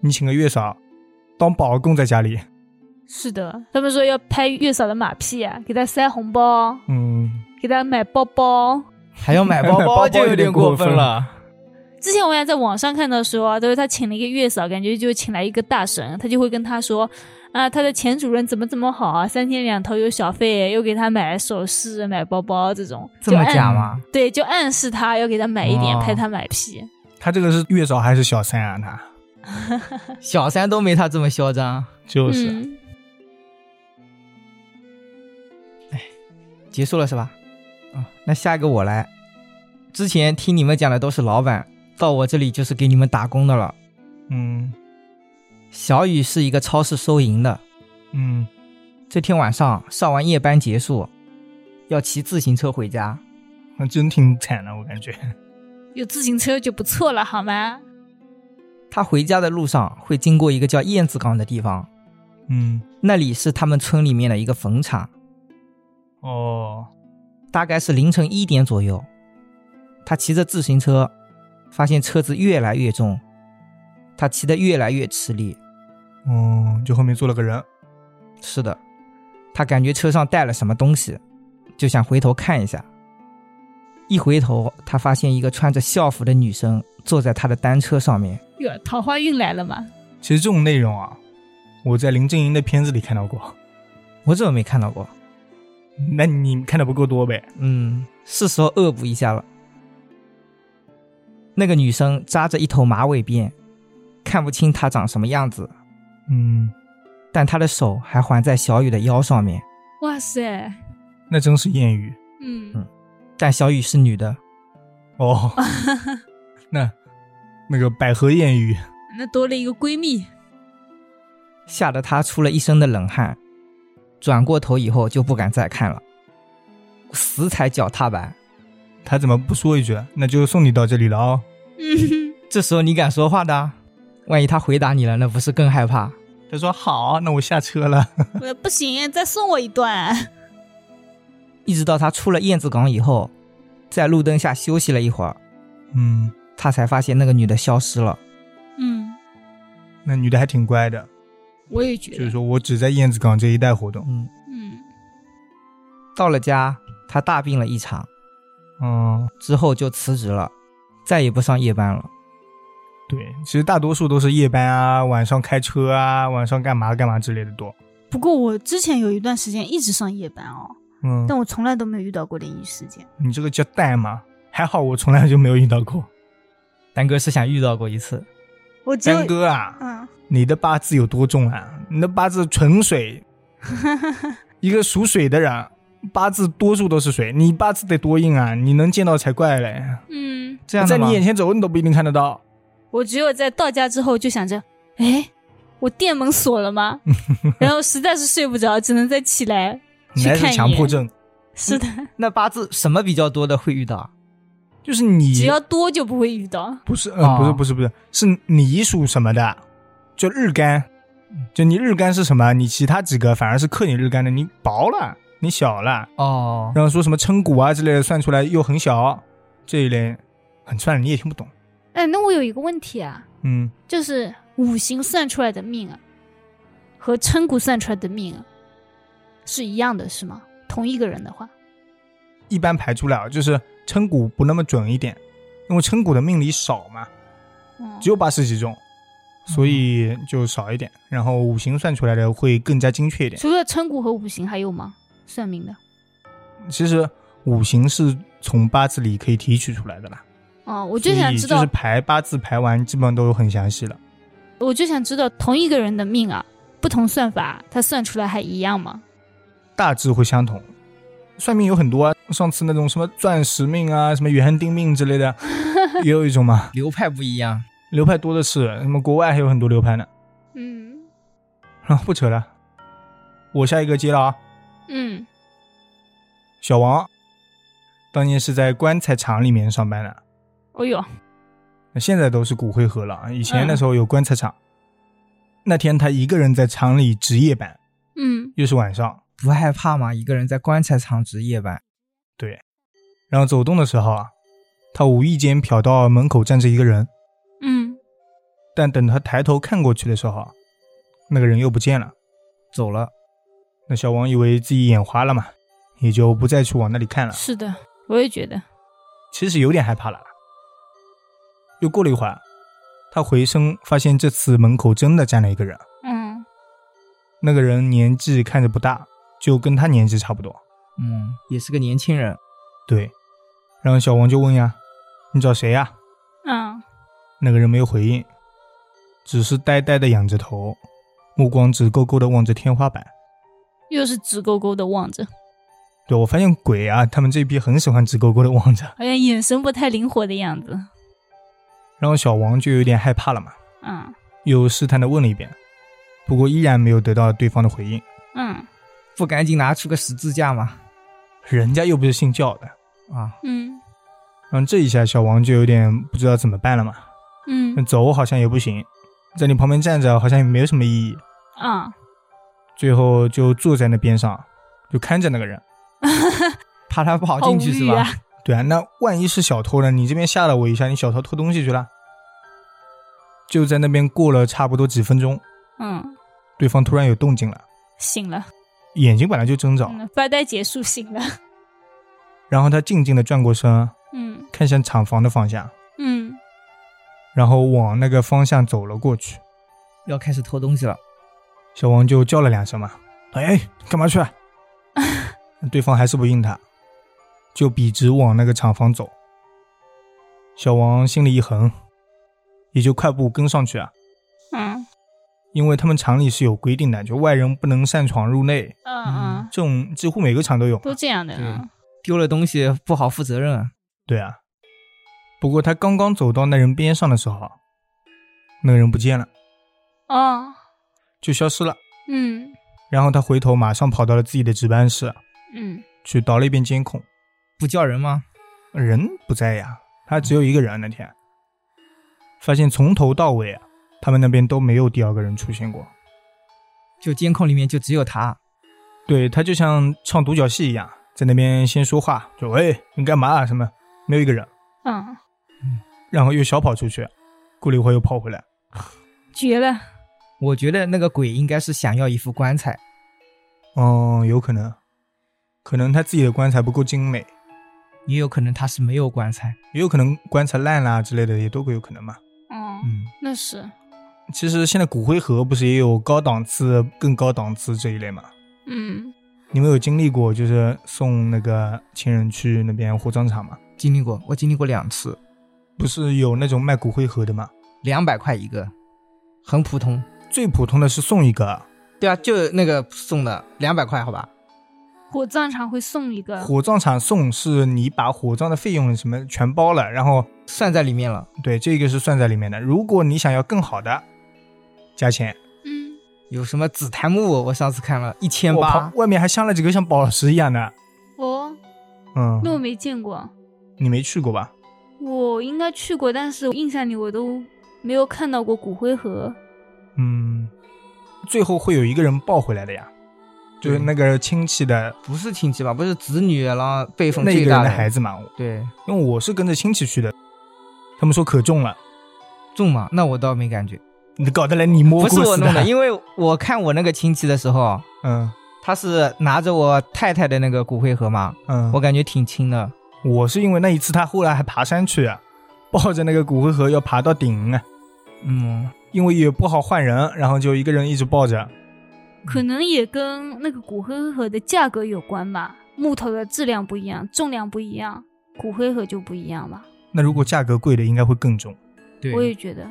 Speaker 1: 你请个月嫂当保供在家里，
Speaker 2: 是的，他们说要拍月嫂的马屁啊，给她塞红包，
Speaker 1: 嗯，
Speaker 2: 给她买包包。
Speaker 3: 还要买 包
Speaker 1: 买包包
Speaker 3: 就
Speaker 1: 有
Speaker 3: 有
Speaker 1: 点过
Speaker 3: 过
Speaker 1: 分
Speaker 3: 了。
Speaker 2: 之前我也在网上看到说，都是他请了一个月嫂，感觉就请来一个大神，他就会跟他说，啊，他的前主任怎么怎么好啊，三天两头有小费，又给他买首饰、买包包这种，
Speaker 3: 这么
Speaker 2: 就暗
Speaker 3: 假吗？
Speaker 2: 对，就暗示他要给他买一点，
Speaker 3: 哦
Speaker 2: 拍他买屁。
Speaker 1: 他这个是月嫂还是小三啊？他
Speaker 3: 小三都没他这么嚣张。
Speaker 1: 就是、
Speaker 2: 嗯，
Speaker 3: 结束了是吧？啊，那下一个我来。之前听你们讲的都是老板，到我这里就是给你们打工的了。
Speaker 1: 嗯
Speaker 3: 小雨是一个超市收银的，
Speaker 1: 嗯
Speaker 3: 这天晚上上完夜班结束，要骑自行车回家。
Speaker 1: 那真挺惨啊的，我感觉。
Speaker 2: 有自行车就不错了，好吗？
Speaker 3: 他回家的路上会经过一个叫燕子港的地方，
Speaker 1: 嗯，
Speaker 3: 那里是他们村里面的一个坟场。
Speaker 1: 哦，
Speaker 3: 大概是凌晨一点左右，他骑着自行车，发现车子越来越重，他骑得越来越吃力。
Speaker 1: 哦，就后面坐了个人。
Speaker 3: 是的，他感觉车上带了什么东西，就想回头看一下。一回头，他发现一个穿着校服的女生坐在他的单车上面。
Speaker 2: 哟，桃花运来了嘛？
Speaker 1: 其实这种内容啊，我在林正英的片子里看到过。
Speaker 3: 我怎么没看到过？
Speaker 1: 那你看的不够多呗？
Speaker 3: 嗯，是时候恶补一下了。那个女生扎着一头马尾辫，看不清她长什么样子，
Speaker 1: 嗯，
Speaker 3: 但她的手还环在小雨的腰上面。
Speaker 2: 哇塞，
Speaker 1: 那真是艳遇
Speaker 2: 嗯
Speaker 3: 嗯，但小雨是女的，
Speaker 1: 哦。那那个百合艳遇，
Speaker 2: 那多了一个闺蜜，
Speaker 3: 吓得她出了一身的冷汗。转过头以后就不敢再看了，死踩脚踏板。
Speaker 1: 他怎么不说一句？啊那就送你到这里了哦。
Speaker 2: 嗯，
Speaker 3: 这时候你敢说话的啊？万一她回答你了，那不是更害怕？
Speaker 1: 他说好，那我下车了。
Speaker 2: 我不行，再送我一段。
Speaker 3: 一直到她出了燕子港以后，在路灯下休息了一会儿，
Speaker 1: 嗯，
Speaker 3: 她才发现那个女的消失了。
Speaker 2: 嗯，
Speaker 1: 那女的还挺乖的，
Speaker 2: 我也觉
Speaker 1: 就是，说我只在燕子港这一带活动。
Speaker 3: 嗯，
Speaker 2: 嗯，
Speaker 3: 到了家，她大病了一场，
Speaker 1: 嗯，
Speaker 3: 之后就辞职了，再也不上夜班了。
Speaker 1: 对，其实大多数都是夜班啊，晚上开车啊，晚上干嘛干嘛之类的多。
Speaker 2: 不过我之前有一段时间一直上夜班哦，
Speaker 1: 嗯，
Speaker 2: 但我从来都没有遇到过灵异事件。
Speaker 1: 你这个叫代码，还好我从来就没有遇到过。
Speaker 3: 丹哥是想遇到过一次，
Speaker 2: 我只有
Speaker 1: 丹哥啊，
Speaker 2: 嗯，
Speaker 1: 你的八字有多重啊？你的八字纯水，一个属水的人，八字多数都是水，你八字得多硬啊？你能见到才怪嘞！
Speaker 2: 嗯，
Speaker 3: 这样
Speaker 1: 在
Speaker 3: 的吗
Speaker 1: 你眼前走，你都不一定看得到。
Speaker 2: 我只有在到家之后就想着，哎，我店门锁了 吗？然后实在是睡不着，只能再起来
Speaker 1: 你
Speaker 2: 去
Speaker 1: 还
Speaker 2: 看一
Speaker 1: 是
Speaker 2: 眼。
Speaker 1: 强迫症，嗯
Speaker 2: 是的，
Speaker 3: 那八字什么比较多的会遇到？
Speaker 1: 就是你呃
Speaker 2: 只要多就不会遇到。
Speaker 1: 不是，
Speaker 3: 哦
Speaker 1: 呃，不是，不是，不是，是你属什么的，就日干，就你日干是什么，你其他几个反而是克你日干的，你薄了，你小了，
Speaker 3: 哦，
Speaker 1: 然后说什么称骨啊之类的，算出来又很小，这一类很算了，你也听不懂。
Speaker 2: 哎，那我有一个问题啊，
Speaker 1: 嗯，
Speaker 2: 就是五行算出来的命啊，和称骨算出来的命啊，是一样的，是吗？同一个人的话，
Speaker 1: 一般排除了，就是称骨不那么准一点，因为称骨的命理少嘛，
Speaker 2: 嗯
Speaker 1: 只有八十几种，所以就少一点。然后五行算出来的会更加精确一点。
Speaker 2: 除了称骨和五行还有吗？算命的？
Speaker 1: 其实五行是从八字里可以提取出来的啦。
Speaker 2: 哦，
Speaker 1: 所
Speaker 2: 我就
Speaker 1: 以
Speaker 2: 想知道，
Speaker 1: 就是排八字排完，基本上都很详细了。
Speaker 2: 我就想知道同一个人的命啊，不同算法，他算出来还一样吗？
Speaker 1: 大致会相同。算命有很多啊，上次那种什么钻石命啊、什么园丁命之类 的，也有一种嘛。
Speaker 3: 流派不一样。
Speaker 1: 流派多的是，那么国外还有很多流派呢。
Speaker 2: 嗯
Speaker 1: 啊，不扯了，我下一个接了啊。
Speaker 2: 嗯，
Speaker 1: 小王当年是在棺材厂里面上班的，
Speaker 2: 哦哟，
Speaker 1: 那现在都是骨灰盒了啊。以前
Speaker 2: 嗯
Speaker 1: 那时候有棺材厂，那天他一个人在厂里值夜班，
Speaker 2: 嗯
Speaker 1: 又是晚上，
Speaker 3: 不害怕吗？一个人在棺材厂值夜班，
Speaker 1: 然后走动的时候啊，他无意间瞟到门口站着一个人，
Speaker 2: 嗯，
Speaker 1: 但等他抬头看过去的时候啊，那个人又不见了。
Speaker 3: 走了，
Speaker 1: 那小王以为自己眼花了嘛，也就不再去往那里看了。
Speaker 2: 是的，我也觉得，
Speaker 1: 其实有点害怕了。又过了一会儿，他回身发现这次门口真的站了一个人。
Speaker 2: 嗯
Speaker 1: 那个人年纪看着不大，就跟他年纪差不多。
Speaker 3: 嗯，也是个年轻人，
Speaker 1: 对，然后小王就问呀：“你找谁呀？”
Speaker 2: 嗯，
Speaker 1: 那个人没有回应，只是呆呆的仰着头，目光直勾勾的望着天花板。
Speaker 2: 又是直勾勾的望着，
Speaker 1: 对我发现鬼啊，他们这批很喜欢直勾勾的望着。
Speaker 2: 好像眼神不太灵活的样子。
Speaker 1: 然后小王就有点害怕了嘛，
Speaker 2: 嗯
Speaker 1: 又试探的问了一遍，不过依然没有得到对方的回应。
Speaker 2: 嗯
Speaker 3: 不赶紧拿出个十字架吗？
Speaker 1: 人家又不是信教的，
Speaker 3: 啊，
Speaker 2: 嗯
Speaker 1: 然后这一下小王就有点不知道怎么办了嘛。那
Speaker 2: 嗯
Speaker 1: 走好像也不行，在你旁边站着好像也没有什么意义，
Speaker 2: 啊，
Speaker 1: 最后就坐在那边上，就看着那 个人。
Speaker 3: 怕他跑进去是
Speaker 2: 好无语
Speaker 3: 吧？
Speaker 2: 啊
Speaker 1: 对啊，那万一是小偷呢？你这边吓了我一下，你小偷偷东西去了。就在那边过了差不多几分钟，
Speaker 2: 嗯，
Speaker 1: 对方突然有动静了，
Speaker 2: 醒了，
Speaker 1: 眼睛本来就睁着，
Speaker 2: 嗯，发呆结束，醒了。
Speaker 1: 然后他静静的转过身，
Speaker 2: 嗯
Speaker 1: 看向厂房的方向，
Speaker 2: 嗯
Speaker 1: 然后往那个方向走了过去。
Speaker 3: 要开始偷东西了，
Speaker 1: 小王就叫了两声嘛，哎，干嘛去啊？ 对方还是不应他，就笔直往那个厂房走。小王心里一横，也就快步跟上去啊，
Speaker 2: 嗯
Speaker 1: 因为他们厂里是有规定的，就外人不能擅闯入内，
Speaker 2: 嗯嗯，
Speaker 1: 这种几乎每个厂都有。
Speaker 2: 都这样的。
Speaker 3: 对丢了东西不好负责任啊。
Speaker 1: 对啊，不过他刚刚走到那人边上的时候，那个人不见了，
Speaker 2: 哦，
Speaker 1: 就消失了。
Speaker 2: 嗯
Speaker 1: 然后他回头马上跑到了自己的值班室，
Speaker 2: 嗯
Speaker 1: 去倒了一遍监控。
Speaker 3: 不叫人吗？
Speaker 1: 人不在呀，他只有一个人啊那天。发现从头到尾啊，他们那边都没有第二个人出现过。
Speaker 3: 就监控里面就只有他，
Speaker 1: 对他就像唱独角戏一样，在那边先说话，就喂你干嘛啊什么，没有一个人，
Speaker 2: 嗯，
Speaker 1: 然后又小跑出去，过了一会儿又跑回来。
Speaker 2: 绝了。
Speaker 3: 我觉得那个鬼应该是想要一副棺材，
Speaker 1: 嗯，有可能，可能他自己的棺材不够精美，
Speaker 3: 也有可能他是没有棺材。
Speaker 1: 也有可能棺材烂啦、之类的，也都有可能嘛。
Speaker 2: 嗯，
Speaker 1: 嗯，
Speaker 2: 那是，
Speaker 1: 其实现在骨灰盒不是也有高档次、更高档次这一类嘛？
Speaker 2: 嗯
Speaker 1: 你们有经历过就是送那个亲人去那边火葬场吗？
Speaker 3: 经历过，我经历过两次，
Speaker 1: 不是有那种卖骨灰盒的吗？
Speaker 3: 两百块一个，很普通。
Speaker 1: 最普通的是送一个，
Speaker 3: 对啊，就那个送的两百块，好吧？
Speaker 2: 火葬场会送一个，
Speaker 1: 火葬场送是你把火葬的费用什么全包了，然后
Speaker 3: 算在里面了。
Speaker 1: 对这个是算在里面的。如果你想要更好的，加钱。
Speaker 2: 嗯，
Speaker 3: 有什么紫檀木？我上次看了一千
Speaker 1: 我
Speaker 3: 八
Speaker 1: 旁，外面还镶了几个像宝石一样的，
Speaker 2: 哦，
Speaker 1: 嗯，
Speaker 2: 那我没见过，
Speaker 1: 你没去过吧？
Speaker 2: 我应该去过，但是我印象里我都没有看到过骨灰盒。
Speaker 1: 嗯，最后会有一个人抱回来的呀，就是那个亲戚的
Speaker 3: 不是亲戚吧？不是子女，然后辈分
Speaker 1: 那个
Speaker 3: 最
Speaker 1: 人
Speaker 3: 大
Speaker 1: 的孩子嘛。
Speaker 3: 对，
Speaker 1: 因为我是跟着亲戚去的，他们说可重了，
Speaker 3: 重嘛？那我倒没感觉，
Speaker 1: 你搞得来你摸
Speaker 3: 不
Speaker 1: 过
Speaker 3: 是我
Speaker 1: 似
Speaker 3: 弄的，因为我看我那个亲戚的时候，
Speaker 1: 嗯
Speaker 3: 他是拿着我太太的那个骨灰盒嘛，
Speaker 1: 嗯，
Speaker 3: 我
Speaker 1: 我
Speaker 3: 感觉挺轻的。
Speaker 1: 我是因为那一次他后来还爬山去啊，抱着那个骨灰盒要爬到顶啊，
Speaker 3: 嗯，
Speaker 1: 因为也不好换人，然后就一个人一直抱着。
Speaker 2: 可
Speaker 1: 嗯
Speaker 2: 能也跟那个骨灰盒的价格有关吧，木头的质量不一样，重量不一样，骨灰盒就不一样吧。
Speaker 1: 那如果价格贵的应该会更重，
Speaker 2: 我
Speaker 3: 对
Speaker 2: 也，觉得，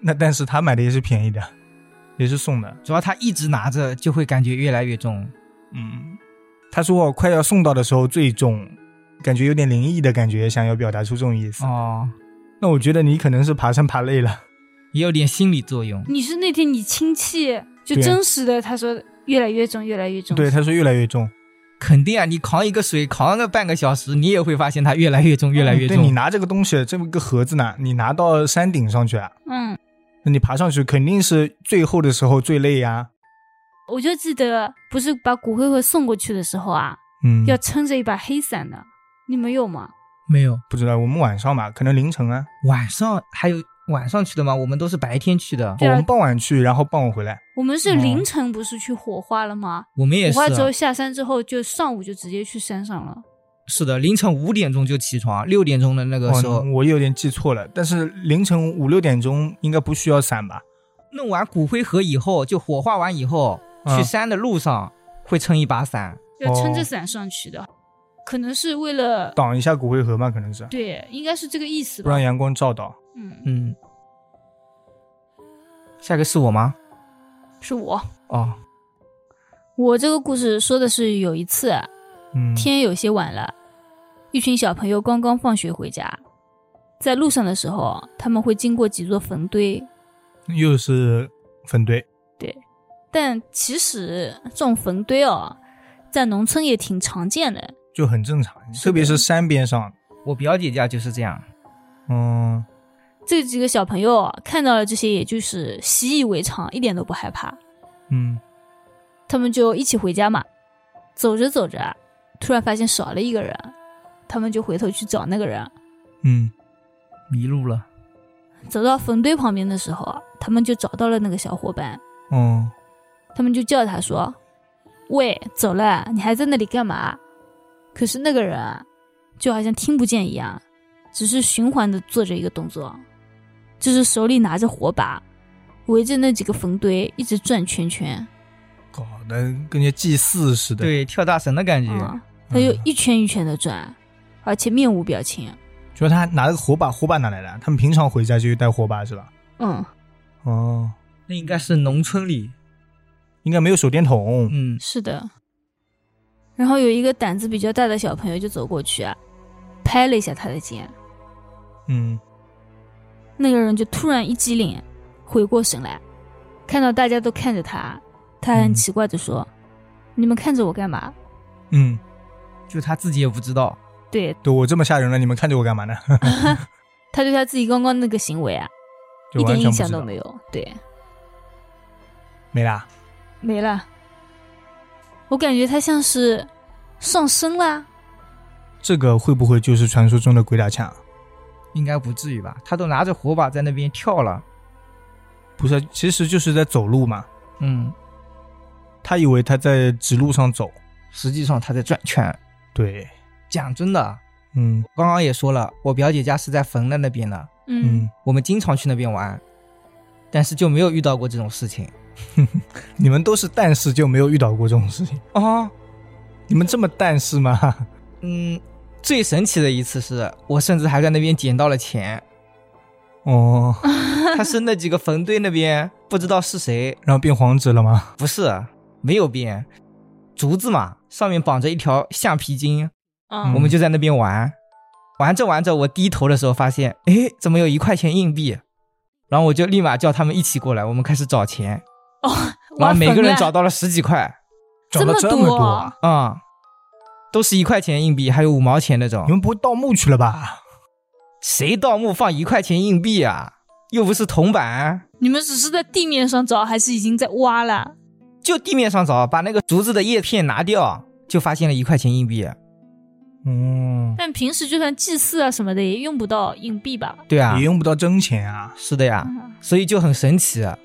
Speaker 1: 那但是他买的也是便宜的，也是送的。
Speaker 3: 主要他一直拿着，就会感觉越来越重。
Speaker 1: 嗯，他说我快要送到的时候最重，感觉有点灵异的感觉，想要表达出这种意思。
Speaker 3: 哦，
Speaker 1: 那我觉得你可能是爬山爬累了，
Speaker 3: 也有点心理作用。
Speaker 2: 你是那天你亲戚就
Speaker 1: 对啊
Speaker 2: 真实的，他说越来越重，越来越重。
Speaker 1: 对，他说越来越重，
Speaker 3: 肯定啊，你扛一个水扛个半个小时，你也会发现它越来越重，越来越
Speaker 1: 嗯对你
Speaker 3: 重。
Speaker 1: 拿这个东西，这么一个盒子呢，你拿到山顶上去啊，
Speaker 2: 嗯，
Speaker 1: 那你爬上去肯定是最后的时候最累呀、
Speaker 2: 我就记得不是把骨灰盒送过去的时候啊，
Speaker 1: 嗯，
Speaker 2: 要撑着一把黑伞的，你们有吗？
Speaker 3: 没有，
Speaker 1: 不知道我们晚上嘛，可能凌晨啊，
Speaker 3: 晚上还有晚上去的吗？我们都是白天去的，
Speaker 2: 对啊
Speaker 1: 我们傍晚去，然后傍晚回来。
Speaker 2: 我们是
Speaker 3: 哦
Speaker 2: 凌晨不是去火化了吗？
Speaker 3: 我们也是
Speaker 2: 火化之后
Speaker 3: 啊。
Speaker 2: 下山之后，就上午就直接去山上了。
Speaker 3: 是的，凌晨五点钟就起床，六点钟的那个时候
Speaker 1: 哦，我有点记错了，但是凌晨五六点钟应该不需要伞吧？
Speaker 3: 弄完骨灰盒以后，就火化完以后，
Speaker 1: 嗯
Speaker 3: 去山的路上会撑一把伞。
Speaker 2: 要撑着
Speaker 1: 哦
Speaker 2: 伞上去的，可能是为了
Speaker 1: 挡一下骨灰盒嘛，可能是
Speaker 2: 对，应该是这个意思
Speaker 1: 不
Speaker 2: 吧
Speaker 1: 让。阳光照到。
Speaker 2: 嗯，
Speaker 3: 嗯，下个是我吗？
Speaker 2: 是我。
Speaker 3: 哦，
Speaker 2: 我这个故事说的是有一次啊
Speaker 1: 嗯，
Speaker 2: 天有些晚了，一群小朋友刚刚放学回家，在路上的时候，他们会经过几座坟堆，
Speaker 1: 又是粉堆，
Speaker 2: 但其实这种坟堆哦，在农村也挺常见的。
Speaker 1: 就很正常，
Speaker 2: 的
Speaker 1: 特别是山边上。
Speaker 3: 我表姐家就是这样。
Speaker 1: 嗯，
Speaker 2: 这几个小朋友啊，看到了这些，也就是习以为常，一点都不害怕。
Speaker 1: 嗯，
Speaker 2: 他们就一起回家嘛。走着走着啊，突然发现少了一个人，他们就回头去找那个人。
Speaker 1: 嗯，
Speaker 3: 迷路了，
Speaker 2: 走到坟堆旁边的时候啊，他们就找到了那个小伙伴，
Speaker 1: 哦，
Speaker 2: 他们就叫他说：“喂，走了，你还在那里干嘛？”可是那个人啊，就好像听不见一样，只是循环的做着一个动作，就是手里拿着火把，围着那几个坟堆一直转圈圈。
Speaker 1: 搞得跟人家祭祀似的，，
Speaker 3: 对，跳大神的感觉。
Speaker 2: 啊、他就
Speaker 1: 嗯
Speaker 2: 一圈一圈的转，而且面无表情。
Speaker 1: 主要他还拿了个火把，火把哪来的？他们平常回家就带火把是吧？
Speaker 2: 嗯，
Speaker 1: 哦，
Speaker 3: 那应该是农村里，
Speaker 1: 应该没有手电筒，
Speaker 3: 嗯，
Speaker 2: 是的。然后有一个胆子比较大的小朋友就走过去啊，拍了一下他的肩，
Speaker 1: 嗯，
Speaker 2: 那个人就突然一激灵，回过神来，看到大家都看着他，他很
Speaker 1: 嗯
Speaker 2: 奇怪的说：“你们看着我干嘛
Speaker 1: 嗯，
Speaker 3: 就他自己也不知道。？”
Speaker 2: 对
Speaker 1: 对我这么吓人了，你们看着我干嘛呢？
Speaker 2: 他对他自己刚刚那个行为啊，
Speaker 1: 就
Speaker 2: 一
Speaker 1: 完全
Speaker 2: 点印
Speaker 1: 不知道
Speaker 2: 象都没有。对，
Speaker 1: 没啦。
Speaker 2: 没了。我感觉他像是上身啊啦，
Speaker 1: 这个会不会就是传说中的鬼打墙？
Speaker 3: 应该不至于吧？他都拿着火把在那边跳了。
Speaker 1: 不是，啊其实就是在走路嘛。
Speaker 3: 嗯，
Speaker 1: 他以为他在直路上走，
Speaker 3: 实际上他在转圈。
Speaker 1: 对，
Speaker 3: 讲真的，
Speaker 1: 嗯
Speaker 3: 刚刚也说了，我表姐家是在冯的那边的，
Speaker 2: 嗯
Speaker 1: 嗯，
Speaker 3: 我们经常去那边玩，但是就没有遇到过这种事情。
Speaker 1: 你们都是但是就没有遇到过这种事情。
Speaker 3: 哦，
Speaker 1: 你们这么但是吗？
Speaker 3: 嗯，最神奇的一次是我甚至还在那边捡到了 钱。
Speaker 1: 哦，
Speaker 3: 他是那几个坟堆那边不知道是谁，
Speaker 1: 然后变黄纸了吗？
Speaker 3: 不是，没有变，竹子嘛，上面绑着一条橡皮筋，
Speaker 2: 嗯
Speaker 3: 我们就在那边玩。玩着玩着，我低头的时候发现，哎，怎么有一块钱硬币？然后我就立马叫他们一起过来，我们开始找钱，
Speaker 2: 哦，
Speaker 3: 然后
Speaker 2: 挖
Speaker 3: 每个
Speaker 2: 坟啊
Speaker 3: 人
Speaker 2: 了
Speaker 3: 找到了十几块，
Speaker 1: 找了
Speaker 2: 这
Speaker 1: 这
Speaker 2: 么
Speaker 1: 么
Speaker 2: 多
Speaker 1: 多，
Speaker 3: 啊、都是一块钱硬币，还有五毛钱那种
Speaker 1: 你。们不会盗墓去了吧？
Speaker 3: 谁盗墓放一块钱硬币啊？又不是铜板，
Speaker 2: 你们只是在地面上找，还是已经在挖了？
Speaker 3: 就地面上找，把那个竹子的叶片拿掉，就发现了一块钱硬币。
Speaker 1: 嗯，
Speaker 2: 但平时就算祭祀啊什么的，也用不到硬币吧？
Speaker 3: 对啊
Speaker 1: 也，用不到真钱啊。
Speaker 3: 是的呀，
Speaker 2: 嗯
Speaker 3: 所以就很神奇。啊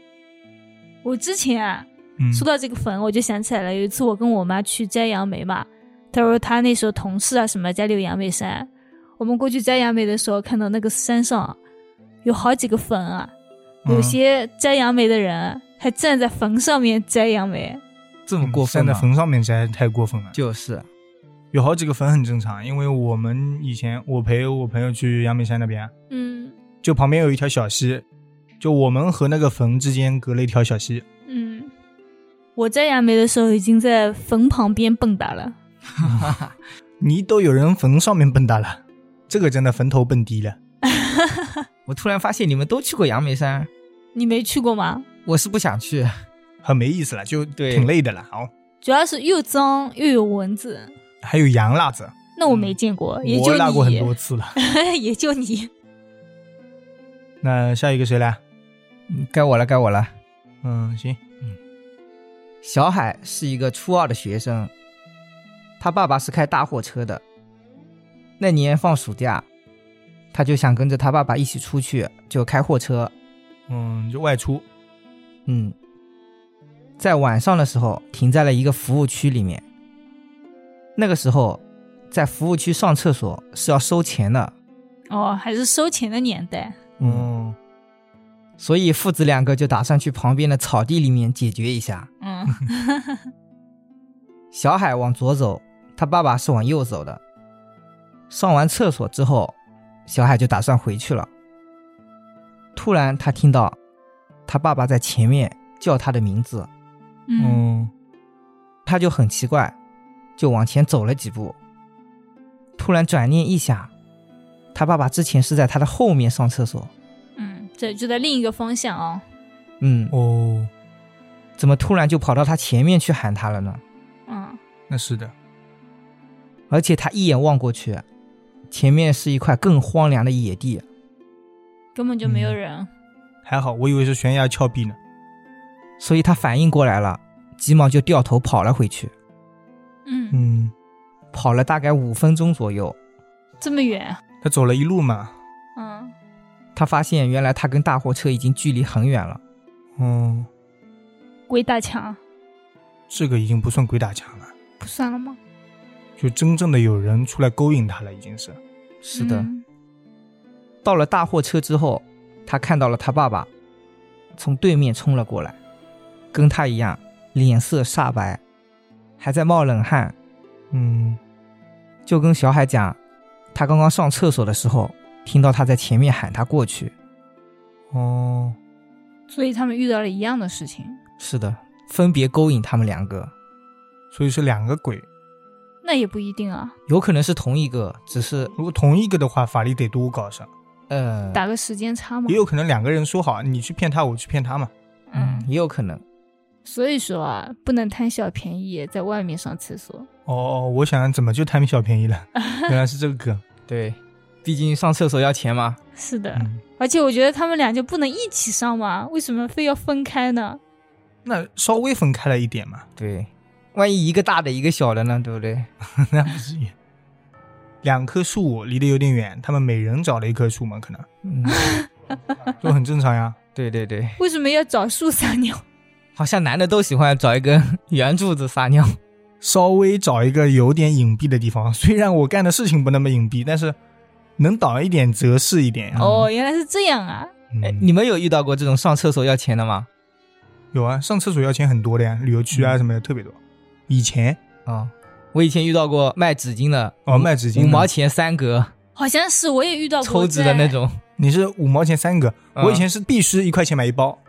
Speaker 2: 我之前啊，
Speaker 1: 嗯，
Speaker 2: 说到这个坟，我就想起来了，有一次我跟我妈去摘杨梅嘛，她说她那时候同事啊什么家里有杨梅山，我们过去摘杨梅的时候，看到那个山上有好几个坟啊，有
Speaker 1: 嗯
Speaker 2: 些摘杨梅的人还站在坟上面摘杨梅，
Speaker 3: 这么过分啊
Speaker 1: 站
Speaker 3: 吗
Speaker 1: 在坟上面摘太过分了。
Speaker 3: 就是，
Speaker 1: 有好几个坟很正常，因为我们以前我陪我朋友去阳明山那边，
Speaker 2: 嗯
Speaker 1: 就旁边有一条小溪，就我们和那个坟之间隔了一条小溪。
Speaker 2: 嗯，我摘杨梅的时候已经在坟旁边蹦跶了。
Speaker 1: 你都有人坟上面蹦跶了，这个真的坟头蹦迪了。
Speaker 3: 我突然发现你们都去过杨梅山，
Speaker 2: 你没去过吗？
Speaker 3: 我是不想去。
Speaker 1: 很没意思了，就
Speaker 3: 对
Speaker 1: 挺累的了。哦，
Speaker 2: 主要是又脏又有蚊子，
Speaker 1: 还有羊辣子，
Speaker 2: 那我没见过，也
Speaker 1: 嗯
Speaker 2: 就
Speaker 1: 我辣过很
Speaker 2: 你
Speaker 1: 多，次了。
Speaker 2: 也就你。
Speaker 1: 那下一个谁来？
Speaker 3: 嗯该我了，该我了。
Speaker 1: 嗯，行，
Speaker 3: 小海是一个初二的学生，他爸爸是开大货车的。那年放暑假，他就想跟着他爸爸一起出去，就开货车。
Speaker 1: 嗯，就外出。
Speaker 3: 嗯，在晚上的时候停在了一个服务区里面。那个时候，在服务区上厕所是要收钱的，
Speaker 2: 哦，还是收钱的年代。
Speaker 1: 嗯，
Speaker 3: 所以父子两个就打算去旁边的草地里面解决一下。
Speaker 2: 嗯，
Speaker 3: 小海往左走，他爸爸是往右走的。上完厕所之后，小海就打算回去了。突然，他听到他爸爸在前面叫他的名字，
Speaker 2: 嗯，
Speaker 1: 嗯，
Speaker 3: 他就很奇怪，就往前走了几步。突然转念一想，他爸爸之前是在他的后面上厕所，
Speaker 2: 嗯，这就在另一个方向哦。
Speaker 3: 嗯，
Speaker 1: 哦，
Speaker 3: 怎么突然就跑到他前面去喊他了呢？
Speaker 2: 嗯，
Speaker 1: 那是的。
Speaker 3: 而且他一眼望过去，前面是一块更荒凉的野地，
Speaker 2: 根本就没有人。
Speaker 1: 还好，我以为是悬崖峭壁呢。
Speaker 3: 所以他反应过来了，急忙就掉头跑了回去，
Speaker 2: 嗯，
Speaker 1: 嗯，
Speaker 3: 跑了大概五分钟左右，
Speaker 2: 这么远。
Speaker 1: 他走了一路嘛。
Speaker 2: 嗯，
Speaker 3: 他发现原来他跟大货车已经距离很远了。
Speaker 1: 嗯，
Speaker 2: 鬼打墙
Speaker 1: 这个已经不算鬼打墙了，
Speaker 2: 不算了吗？
Speaker 1: 就真正的有人出来勾引他了，已经是。
Speaker 3: 是的，
Speaker 2: 嗯
Speaker 3: 到了大货车之后，他看到了他爸爸从对面冲了过来，跟他一样脸色煞白，还在冒冷汗，
Speaker 1: 嗯，
Speaker 3: 就跟小海讲，他刚刚上厕所的时候听到他在前面喊他过去。
Speaker 1: 哦，
Speaker 2: 所以他们遇到了一样的事情。
Speaker 3: 是的，分别勾引他们两个，
Speaker 1: 所以是两个鬼。
Speaker 2: 那也不一定啊，
Speaker 3: 有可能是同一个，只是
Speaker 1: 如果同一个的话，法力得多高上，
Speaker 3: 呃，
Speaker 2: 打个时间差嘛
Speaker 1: 也。有可能两个人说好，你去骗他，我去骗他嘛。
Speaker 3: 嗯，
Speaker 2: 嗯，
Speaker 3: 也有可能。
Speaker 2: 所以说啊，不能贪小便宜，在外面上厕所。
Speaker 1: 哦哦，我想怎么就贪小便宜了，原来是这个梗。
Speaker 3: 对，毕竟上厕所要钱嘛。
Speaker 2: 是的，
Speaker 1: 嗯，
Speaker 2: 而且我觉得他们俩就不能一起上嘛，为什么非要分开呢？
Speaker 1: 那稍微分开了一点嘛，
Speaker 3: 对，万一一个大的，一个小的呢，对不对？
Speaker 1: 那不至于。两棵树离得有点远，他们每人找了一棵树嘛，可能
Speaker 3: 嗯，
Speaker 1: 都很正常呀。
Speaker 3: 对对对，
Speaker 2: 为什么要找树撒尿？
Speaker 3: 好像男的都喜欢找一根 圆柱子撒尿。
Speaker 1: 稍微找一个有点隐蔽的地方，虽然我干的事情不那么隐蔽，但是能挡一点则是一
Speaker 3: 嗯
Speaker 1: 点呀。
Speaker 2: 哦，原来是这样啊！
Speaker 1: 嗯
Speaker 3: 哎，你们有遇到过这种上厕所要钱的吗？嗯
Speaker 1: 有啊，上厕所要钱很多的呀，旅游区啊什么的特别多。以前
Speaker 3: 啊、我以前遇到过卖纸巾的，
Speaker 1: 哦，卖纸巾
Speaker 3: 五
Speaker 1: 的
Speaker 3: 毛，钱三格，
Speaker 2: 好像是我也遇到过
Speaker 3: 抽纸的那
Speaker 2: 在。
Speaker 3: 种，
Speaker 1: 你是五毛钱三个，
Speaker 3: 嗯
Speaker 1: 我以前是必须一块钱买一包。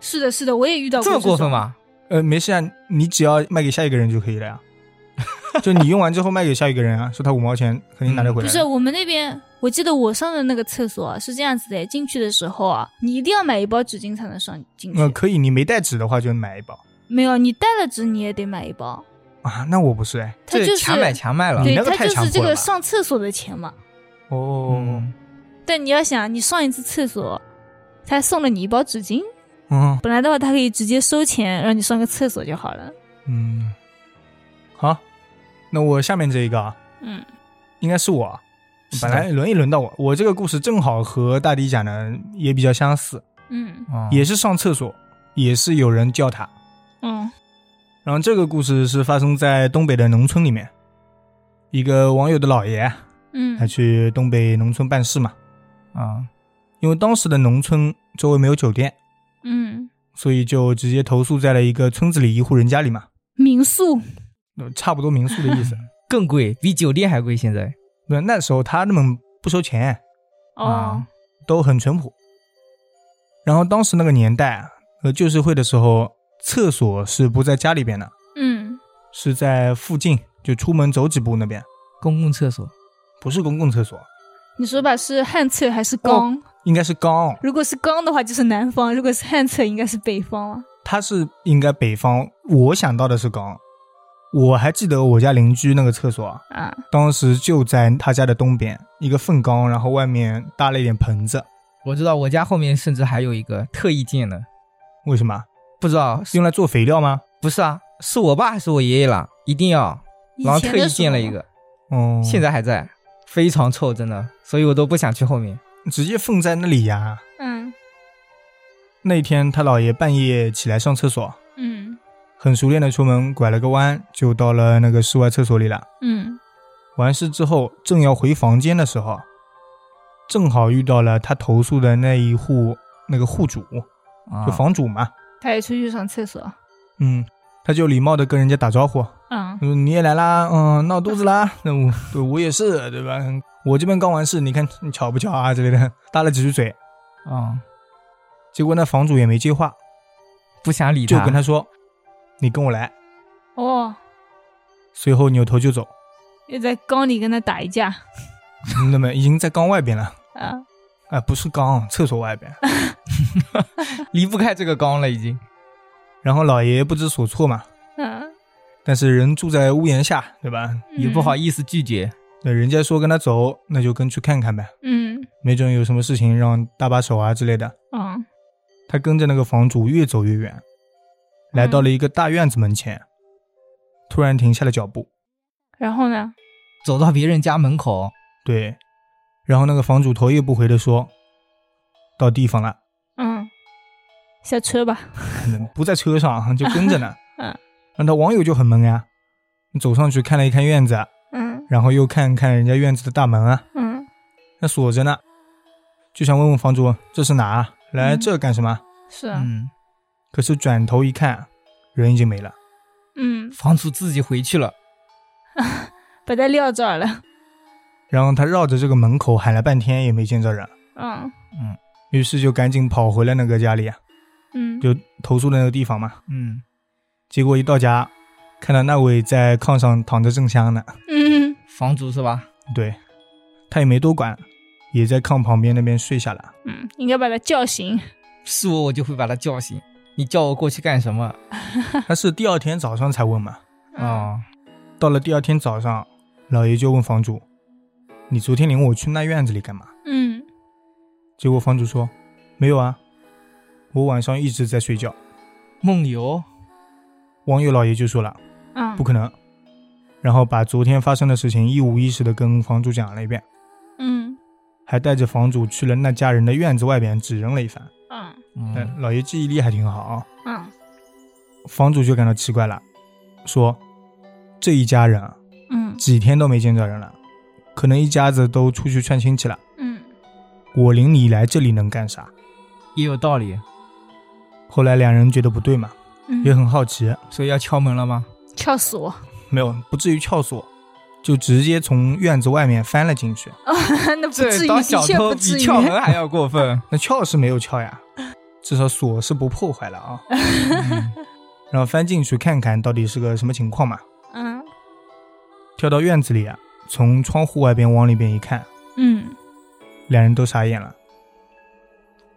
Speaker 2: 是的，是的，我也遇到过
Speaker 3: 这么过分
Speaker 2: 种？
Speaker 3: 吗？
Speaker 1: 呃，没事啊，你只要卖给下一个人就可以了 呀。就你用完之后卖给下一个人啊，说他五毛钱肯定拿得回
Speaker 2: 不
Speaker 1: 来。
Speaker 3: 嗯
Speaker 2: 是，我们那边，我记得我上的那个厕所啊是这样子的，进去的时候啊，你一定要买一包纸巾才能上进去。
Speaker 1: 呃，可以，你没带纸的话就买一包
Speaker 2: 没有，你带了纸你也得买一包，
Speaker 1: 啊。那我不是哎，
Speaker 2: 它就
Speaker 3: 这
Speaker 2: 是
Speaker 3: 强买强卖了。
Speaker 1: 你
Speaker 2: 对，
Speaker 1: 那个
Speaker 2: 它
Speaker 1: 太
Speaker 2: 就
Speaker 1: 强
Speaker 2: 是这
Speaker 1: 迫了
Speaker 2: 个
Speaker 1: 吧
Speaker 2: 上厕所的钱嘛。
Speaker 1: 哦
Speaker 3: 嗯，
Speaker 2: 但你要想，你上一次厕所，他送了你一包纸巾，
Speaker 1: 嗯
Speaker 2: 本来的话他可以直接收钱让你上个厕所就好了。
Speaker 1: 嗯，好，那我下面这一个啊，
Speaker 2: 嗯，
Speaker 1: 应该是我啊，
Speaker 3: 是
Speaker 1: 本
Speaker 3: 的
Speaker 1: 来轮一轮到我，我这个故事正好和大迪讲的也比较相似，
Speaker 2: 嗯
Speaker 3: 嗯
Speaker 1: 也是上厕所，也是有人叫他。
Speaker 2: 嗯
Speaker 1: 然后这个故事是发生在东北的农村里面，一个网友的姥爷啊他
Speaker 2: 嗯
Speaker 1: 去东北农村办事嘛，
Speaker 3: 啊，
Speaker 1: 因为当时的农村周围没有酒店，
Speaker 2: 嗯，
Speaker 1: 所以就直接投宿在了一个村子里一户人家里嘛，
Speaker 2: 民宿，
Speaker 1: 呃差不多民宿的意 思。
Speaker 3: 更贵，比酒店还贵。现在
Speaker 1: 对，那时候他们不收钱，
Speaker 2: 哦
Speaker 3: 啊，
Speaker 1: 都很淳朴。然后当时那个年代啊，呃，旧社会的时候，厕所是不在家里边的，
Speaker 2: 嗯
Speaker 1: 是在附近，就出门走几步那边，
Speaker 3: 公共厕所
Speaker 1: 不是公共厕所，
Speaker 2: 你说吧，是旱厕还是缸？
Speaker 1: 应该是缸，
Speaker 2: 如果是缸的话，就是南方；如果是旱厕，应该是北方了。
Speaker 1: 它是应该北方。我想到的是缸，我还记得我家邻居那个厕所啊，
Speaker 2: 啊，
Speaker 1: 当时就在他家的东边，一个粪缸，然后外面搭了一点盆子。
Speaker 3: 我知道，我家后面甚至还有一个特意建的，
Speaker 1: 为什么？
Speaker 3: 不知道是
Speaker 1: 用来做肥料吗？
Speaker 3: 不是啊？是我爸还是我爷爷啦？一定要，然后
Speaker 2: 以前
Speaker 3: 特
Speaker 2: 的嗯
Speaker 3: 意
Speaker 2: 时
Speaker 3: 建了
Speaker 2: 候
Speaker 3: 一个，
Speaker 1: 哦、
Speaker 3: 现在还在，非常臭，真的，所以我都不想去后面。
Speaker 1: 直接粪在那里呀。
Speaker 2: 嗯
Speaker 1: 那天他姥爷半夜起来上厕所，
Speaker 2: 嗯
Speaker 1: 很熟练的出门，拐了个弯就到了那个室外厕所里了。
Speaker 2: 嗯
Speaker 1: 完事之后，正要回房间的时候，啊正好遇到了他投诉的那一户那个户主，
Speaker 3: 啊
Speaker 1: 就，房主嘛。
Speaker 2: 他也出去上厕所。
Speaker 1: 嗯，他就礼貌的跟人家打招呼，
Speaker 2: 嗯
Speaker 1: 说你也来啦，嗯，闹肚子啦， 那我对我也是，对吧？我这边刚完事，你看你巧不巧啊之类的， 搭了几句嘴，
Speaker 3: 啊，
Speaker 1: 结果那房主也没接话，
Speaker 3: 不想理
Speaker 1: 就跟他说，你跟我来，
Speaker 2: 哦，
Speaker 1: 随后扭头就走，
Speaker 2: 又在缸里跟他打一架
Speaker 1: 那么已经在缸外边了，
Speaker 2: 啊！
Speaker 1: 啊，不是缸，厕所外边。
Speaker 3: 离不开这个缸了，已经。
Speaker 1: 然后老爷不知所措嘛，
Speaker 2: 嗯，
Speaker 1: 但是人住在屋檐下，对吧？
Speaker 3: 也不好
Speaker 2: 思。
Speaker 3: 意思拒绝。
Speaker 1: 那人家说跟他走，那就跟去看看呗，
Speaker 2: 嗯
Speaker 1: 没准有什么事情让搭把手啊之类的。
Speaker 2: 嗯
Speaker 1: 他跟着那个房主越走越远，来到了一个大院子门前，突然停下了脚步。
Speaker 2: 然后呢？
Speaker 3: 走到别人家门口，
Speaker 1: 对，然后那个房主头也不回的说：“到地方了，
Speaker 2: 嗯，下车吧。
Speaker 1: 不在车上， 就跟着呢。”
Speaker 2: 嗯，
Speaker 1: 那他网友就很懵呀、走上去看了一看院子，
Speaker 2: 嗯
Speaker 1: 然后又看看人家院子的大门啊，
Speaker 2: 嗯，
Speaker 1: 那锁着呢，就想问问房主这是哪啊，来
Speaker 2: 嗯
Speaker 1: 这干什么？
Speaker 2: 是啊，
Speaker 3: 嗯，
Speaker 1: 可是转头一看，人已经没了。
Speaker 2: 嗯，
Speaker 3: 房主自己回去了，
Speaker 2: 把他撂这儿了。
Speaker 1: 然后他绕着这个门口喊了半天也没见着人，
Speaker 2: 嗯
Speaker 1: 于是就赶紧跑回了那个家里啊，
Speaker 2: 嗯，
Speaker 1: 就投诉的那个地方嘛。
Speaker 3: 嗯，
Speaker 1: 结果一到家，看到那位在炕上躺着正香呢，
Speaker 2: 嗯
Speaker 3: 房主是吧？
Speaker 1: 对，他也没多管，也在炕旁边那边睡下了。
Speaker 2: 嗯，应该把他叫醒。
Speaker 3: 是我，我就会把他叫醒。你叫我过去干什么？
Speaker 1: 他是第二天早上才问嘛，哦
Speaker 2: 嗯
Speaker 3: 啊、
Speaker 1: 到了第二天早上，老爷就问房主：“你昨天领我去那院子里干嘛
Speaker 2: 嗯，？”
Speaker 1: 结果房主说：“没有啊，我晚上一直在睡觉。
Speaker 3: 梦游，”
Speaker 1: 网友老爷就说了：“
Speaker 2: 嗯
Speaker 1: 不可能。”然后把昨天发生的事情一五一十的跟房主讲了一遍，
Speaker 2: 嗯
Speaker 1: 还带着房主去了那家人的院子外边指认了一番。
Speaker 2: 嗯
Speaker 1: 但
Speaker 3: 嗯，
Speaker 1: 老爷记忆力还挺好啊，
Speaker 2: 嗯
Speaker 1: 房主就感到奇怪了，说：“这一家人啊，
Speaker 2: 嗯
Speaker 1: 几天都没见着人了，可能一家子都出去串亲戚了。
Speaker 2: 嗯
Speaker 1: 我领你来这里能干啥？”
Speaker 3: 也有道理，
Speaker 1: 后来两人觉得不对嘛，也
Speaker 2: 嗯，
Speaker 1: 很好奇，
Speaker 3: 所以要敲门了吗？
Speaker 2: 敲死我！
Speaker 1: 没有，不至于撬锁，就直接从院子外面翻了进去。
Speaker 2: 那不至于，
Speaker 1: 当
Speaker 2: 的
Speaker 1: 小
Speaker 2: 确
Speaker 1: 偷
Speaker 2: 不
Speaker 1: 比
Speaker 2: 至于。
Speaker 1: 撬门还要过 分。那撬是没有撬呀，至少锁是不破坏了啊。嗯然后翻进去看看到底是个什么情况嘛。
Speaker 2: 嗯
Speaker 1: 跳到院子里啊，从窗户外边往里边一看，
Speaker 2: 嗯
Speaker 1: 两人都傻眼了。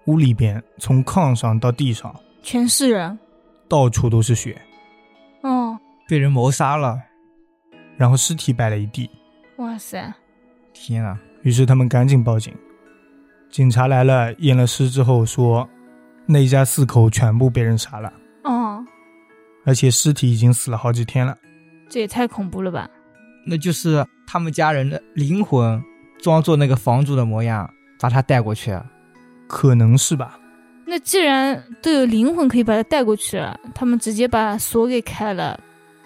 Speaker 1: 屋里边从炕上到地上，
Speaker 2: 全是人。
Speaker 1: 到处都是血，
Speaker 2: 哦，
Speaker 3: 被人谋杀了，
Speaker 1: 然后尸体摆了一地。
Speaker 2: 哇塞，
Speaker 3: 天啊！
Speaker 1: 于是他们赶紧报警。警察来了，验了尸之后说，那一家四口全部被人杀了，
Speaker 2: 哦，
Speaker 1: 而且尸体已经死了好几天了。
Speaker 2: 这也太恐怖了吧？
Speaker 3: 那就是他们家人的灵魂装作那个房主的模样，把他带过去。
Speaker 1: 可能是吧？
Speaker 2: 那既然都有灵魂可以把它带过去了，他们直接把锁给开了，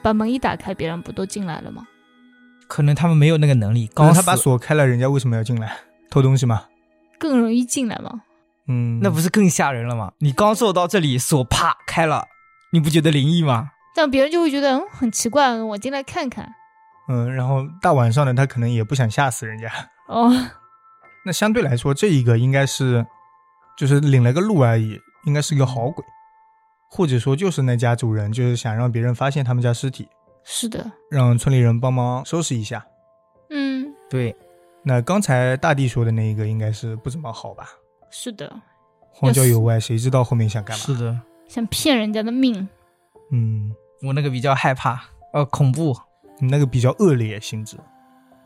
Speaker 2: 把门一打开，别人不都进来了吗？
Speaker 3: 可能他们没有那个能力，
Speaker 1: 刚
Speaker 3: 刚
Speaker 1: 他把
Speaker 3: 死
Speaker 1: 锁开了，人家为什么要进来偷东西嘛？
Speaker 2: 更容易进来吗？
Speaker 1: 嗯，
Speaker 3: 那不是更吓人了吗？你刚坐到这里，锁啪开了，你不觉得灵异吗？
Speaker 2: 这样别人就会觉得嗯很奇怪，我进来看看。
Speaker 1: 嗯，然后大晚上的他可能也不想吓死人家。
Speaker 2: 哦，
Speaker 1: 那相对来说，这一个应该是就是领了个路而已，应该是个好鬼，或者说就是那家主人就是想让别人发现他们家尸体，
Speaker 2: 是的，
Speaker 1: 让村里人帮忙收拾一下。
Speaker 2: 嗯，
Speaker 3: 对，
Speaker 1: 那刚才大地说的那一个应该是不怎么好吧？
Speaker 2: 是的，
Speaker 1: 荒郊野外，谁知道后面想干嘛？
Speaker 3: 是的，
Speaker 2: 想骗人家的命。
Speaker 1: 嗯，
Speaker 3: 我那个比较害怕，呃，恐怖，
Speaker 1: 你那个比较恶劣性质。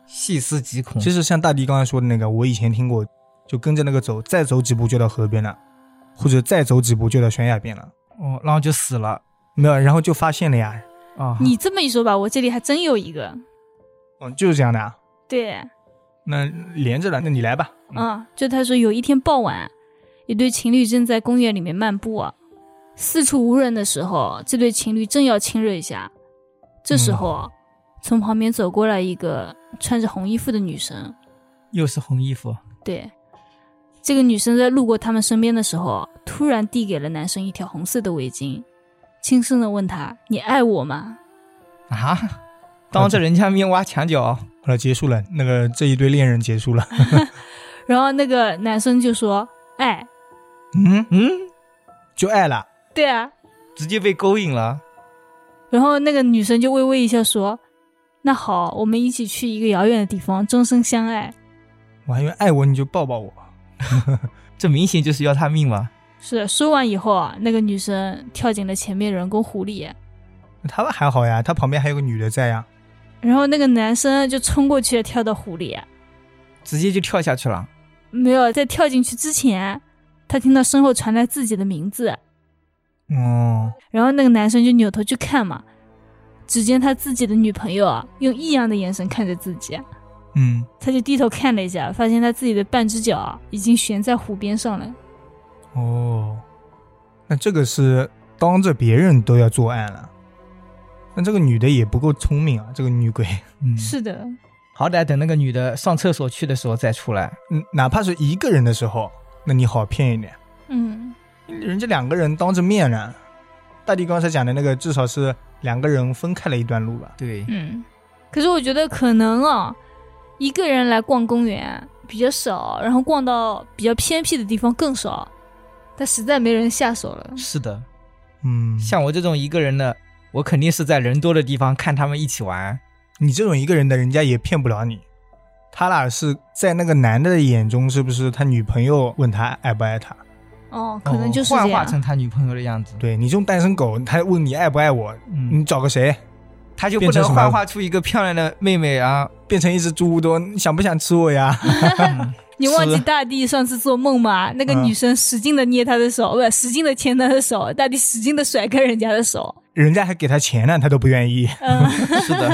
Speaker 3: 细思极恐。
Speaker 1: 其实像大地刚才说的那个，我以前听过，就跟着那个走，再走几步就到河边了，或者再走几步就到悬崖边了。
Speaker 3: 哦，然后就死了
Speaker 1: 没有，然后就发现了呀，
Speaker 3: 啊！
Speaker 2: 你这么一说吧，我这里还真有一个。
Speaker 1: 嗯，就是这样的啊。
Speaker 2: 对，
Speaker 1: 那连着了，那你来吧。
Speaker 2: 啊，就他说有一天傍晚，一对情侣正在公园里面漫步啊，四处无人的时候，这对情侣正要亲热一下，这时候啊、从旁边走过来一个穿着红衣服的女生，
Speaker 3: 又是红衣服，
Speaker 2: 对，这个女生在路过他们身边的时候，突然递给了男生一条红色的围巾，轻声的问他：“你爱我吗
Speaker 3: 啊，当着人家面挖墙角，
Speaker 1: 好了，结束了，那个这一对恋人结束了。？”
Speaker 2: 然后那个男生就说：“爱。
Speaker 1: 嗯，
Speaker 3: 嗯，
Speaker 1: 就爱了。”
Speaker 2: 对啊，
Speaker 3: 直接被勾引了。
Speaker 2: 然后那个女生就微微一笑说：“那好，我们一起去一个遥远的地方，终生相爱。
Speaker 1: 我还以为爱我你就抱抱我。
Speaker 3: 这明显就是要他命嘛！
Speaker 2: 是”说完以后啊，那个女生跳进了前面人工湖里，
Speaker 1: 他们还好呀，他旁边还有个女的在呀。
Speaker 2: 然后那个男生就冲过去跳到湖里，
Speaker 3: 直接就跳下去了。
Speaker 2: 没有在跳进去之前，他听到身后传来自己的名字，
Speaker 1: 哦，
Speaker 2: 然后那个男生就扭头去看嘛，只见他自己的女朋友啊，用异样的眼神看着自己，啊
Speaker 1: 嗯，
Speaker 2: 他就低头看了一下，发现他自己的半只脚啊已经悬在湖边上了。
Speaker 1: 哦，那这个是当着别人都要作案了。那这个女的也不够聪明啊，这个女鬼，
Speaker 3: 嗯，
Speaker 2: 是的，
Speaker 3: 好歹等那个女的上厕所去的时候再出来。
Speaker 1: 嗯，哪怕是一个人的时候，那你好骗一点。
Speaker 2: 嗯。
Speaker 1: 人家两个人当着面呢，大地刚才讲的那个至少是两个人分开了一段路吧。
Speaker 3: 对，
Speaker 2: 嗯，可是我觉得可能啊、一个人来逛公园比较少，然后逛到比较偏僻的地方更少，但实在没人下手了。
Speaker 3: 是的，
Speaker 1: 嗯，
Speaker 3: 像我这种一个人的，我肯定是在人多的地方看他们一起玩。
Speaker 1: 你这种一个人的，人家也骗不了你。他俩是在那个男的的眼中，是不是他女朋友问他爱不爱他？
Speaker 2: 哦，可能就是这
Speaker 3: 幻
Speaker 2: 样。
Speaker 3: 化成他女朋友的样子。
Speaker 1: 对你这种单身狗，他问你爱不爱我，你
Speaker 3: 嗯，
Speaker 1: 找个谁？
Speaker 3: 他就不
Speaker 1: 变成
Speaker 3: 能
Speaker 1: 什么
Speaker 3: 幻化出一个漂亮的妹妹 啊？
Speaker 1: 变成一只猪多，你想不想吃我呀？
Speaker 3: 嗯
Speaker 2: 你忘记
Speaker 3: 是
Speaker 2: 大地上次做梦吗？那个
Speaker 1: 嗯
Speaker 2: 女生使劲的捏他的手，不、是使劲的牵他的手，大地使劲的甩开人家的 手。
Speaker 1: 人家还给他钱呢，他都不愿意。
Speaker 2: 嗯，
Speaker 3: 是的，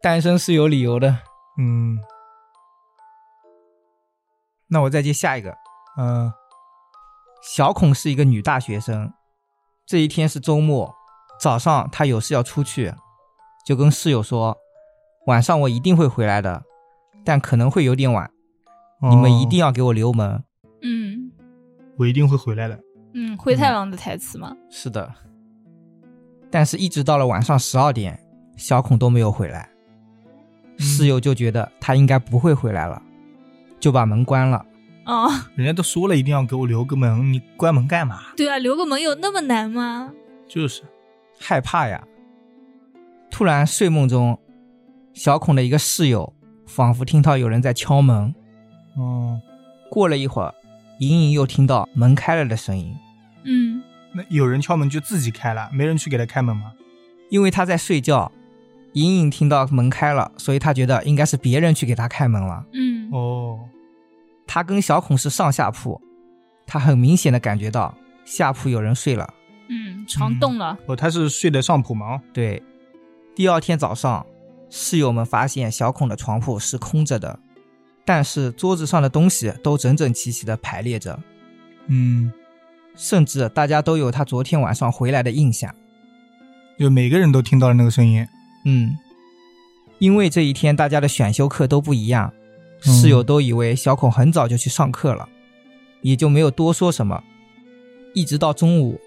Speaker 3: 单身是有理由的。
Speaker 1: 嗯
Speaker 3: 那我再接下一个。
Speaker 1: 嗯、呃
Speaker 3: 小孔是一个女大学生，这一天是周末，早上她有事要出去，就跟室友说，晚上我一定会回来的，但可能会有点晚，你们一定
Speaker 1: 哦
Speaker 3: 要给我留门。
Speaker 2: 嗯
Speaker 1: 我一定会回来的。
Speaker 2: 嗯，灰太狼的台词嘛。
Speaker 3: 是的，但是一直到了晚上十二点，小孔都没有回来。室友就觉得他应该不会回来了，就把门关了。
Speaker 2: 哦，
Speaker 1: 人家都说了一定要给我留个门，你关门干嘛？
Speaker 2: 对啊，留个门有那么难吗？
Speaker 1: 就是
Speaker 3: 害怕呀。突然睡梦中，小孔的一个室友仿佛听到有人在敲门。
Speaker 1: 哦，
Speaker 3: 过了一会儿，隐隐又听到门开了的声音。
Speaker 2: 嗯，
Speaker 1: 那有人敲门就自己开了，没人去给他开门吗？
Speaker 3: 因为他在睡觉，隐隐听到门开了，所以他觉得应该是别人去给他开门了。
Speaker 2: 嗯，
Speaker 1: 哦，
Speaker 3: 他跟小孔是上下铺，他很明显的感觉到下铺有人睡了。
Speaker 2: 嗯，床动了。
Speaker 1: 哦，他是睡的上铺吗？
Speaker 3: 对，第二天早上，室友们发现小孔的床铺是空着的，但是桌子上的东西都整整齐齐的排列着，
Speaker 1: 嗯，
Speaker 3: 甚至大家都有他昨天晚上回来的印象。
Speaker 1: 就每个人都听到了那个声音。
Speaker 3: 嗯，因为这一天大家的选修课都不一样，
Speaker 1: 嗯
Speaker 3: 室友都以为小孔很早就去上课了，也就没有多说什么。一直到中午，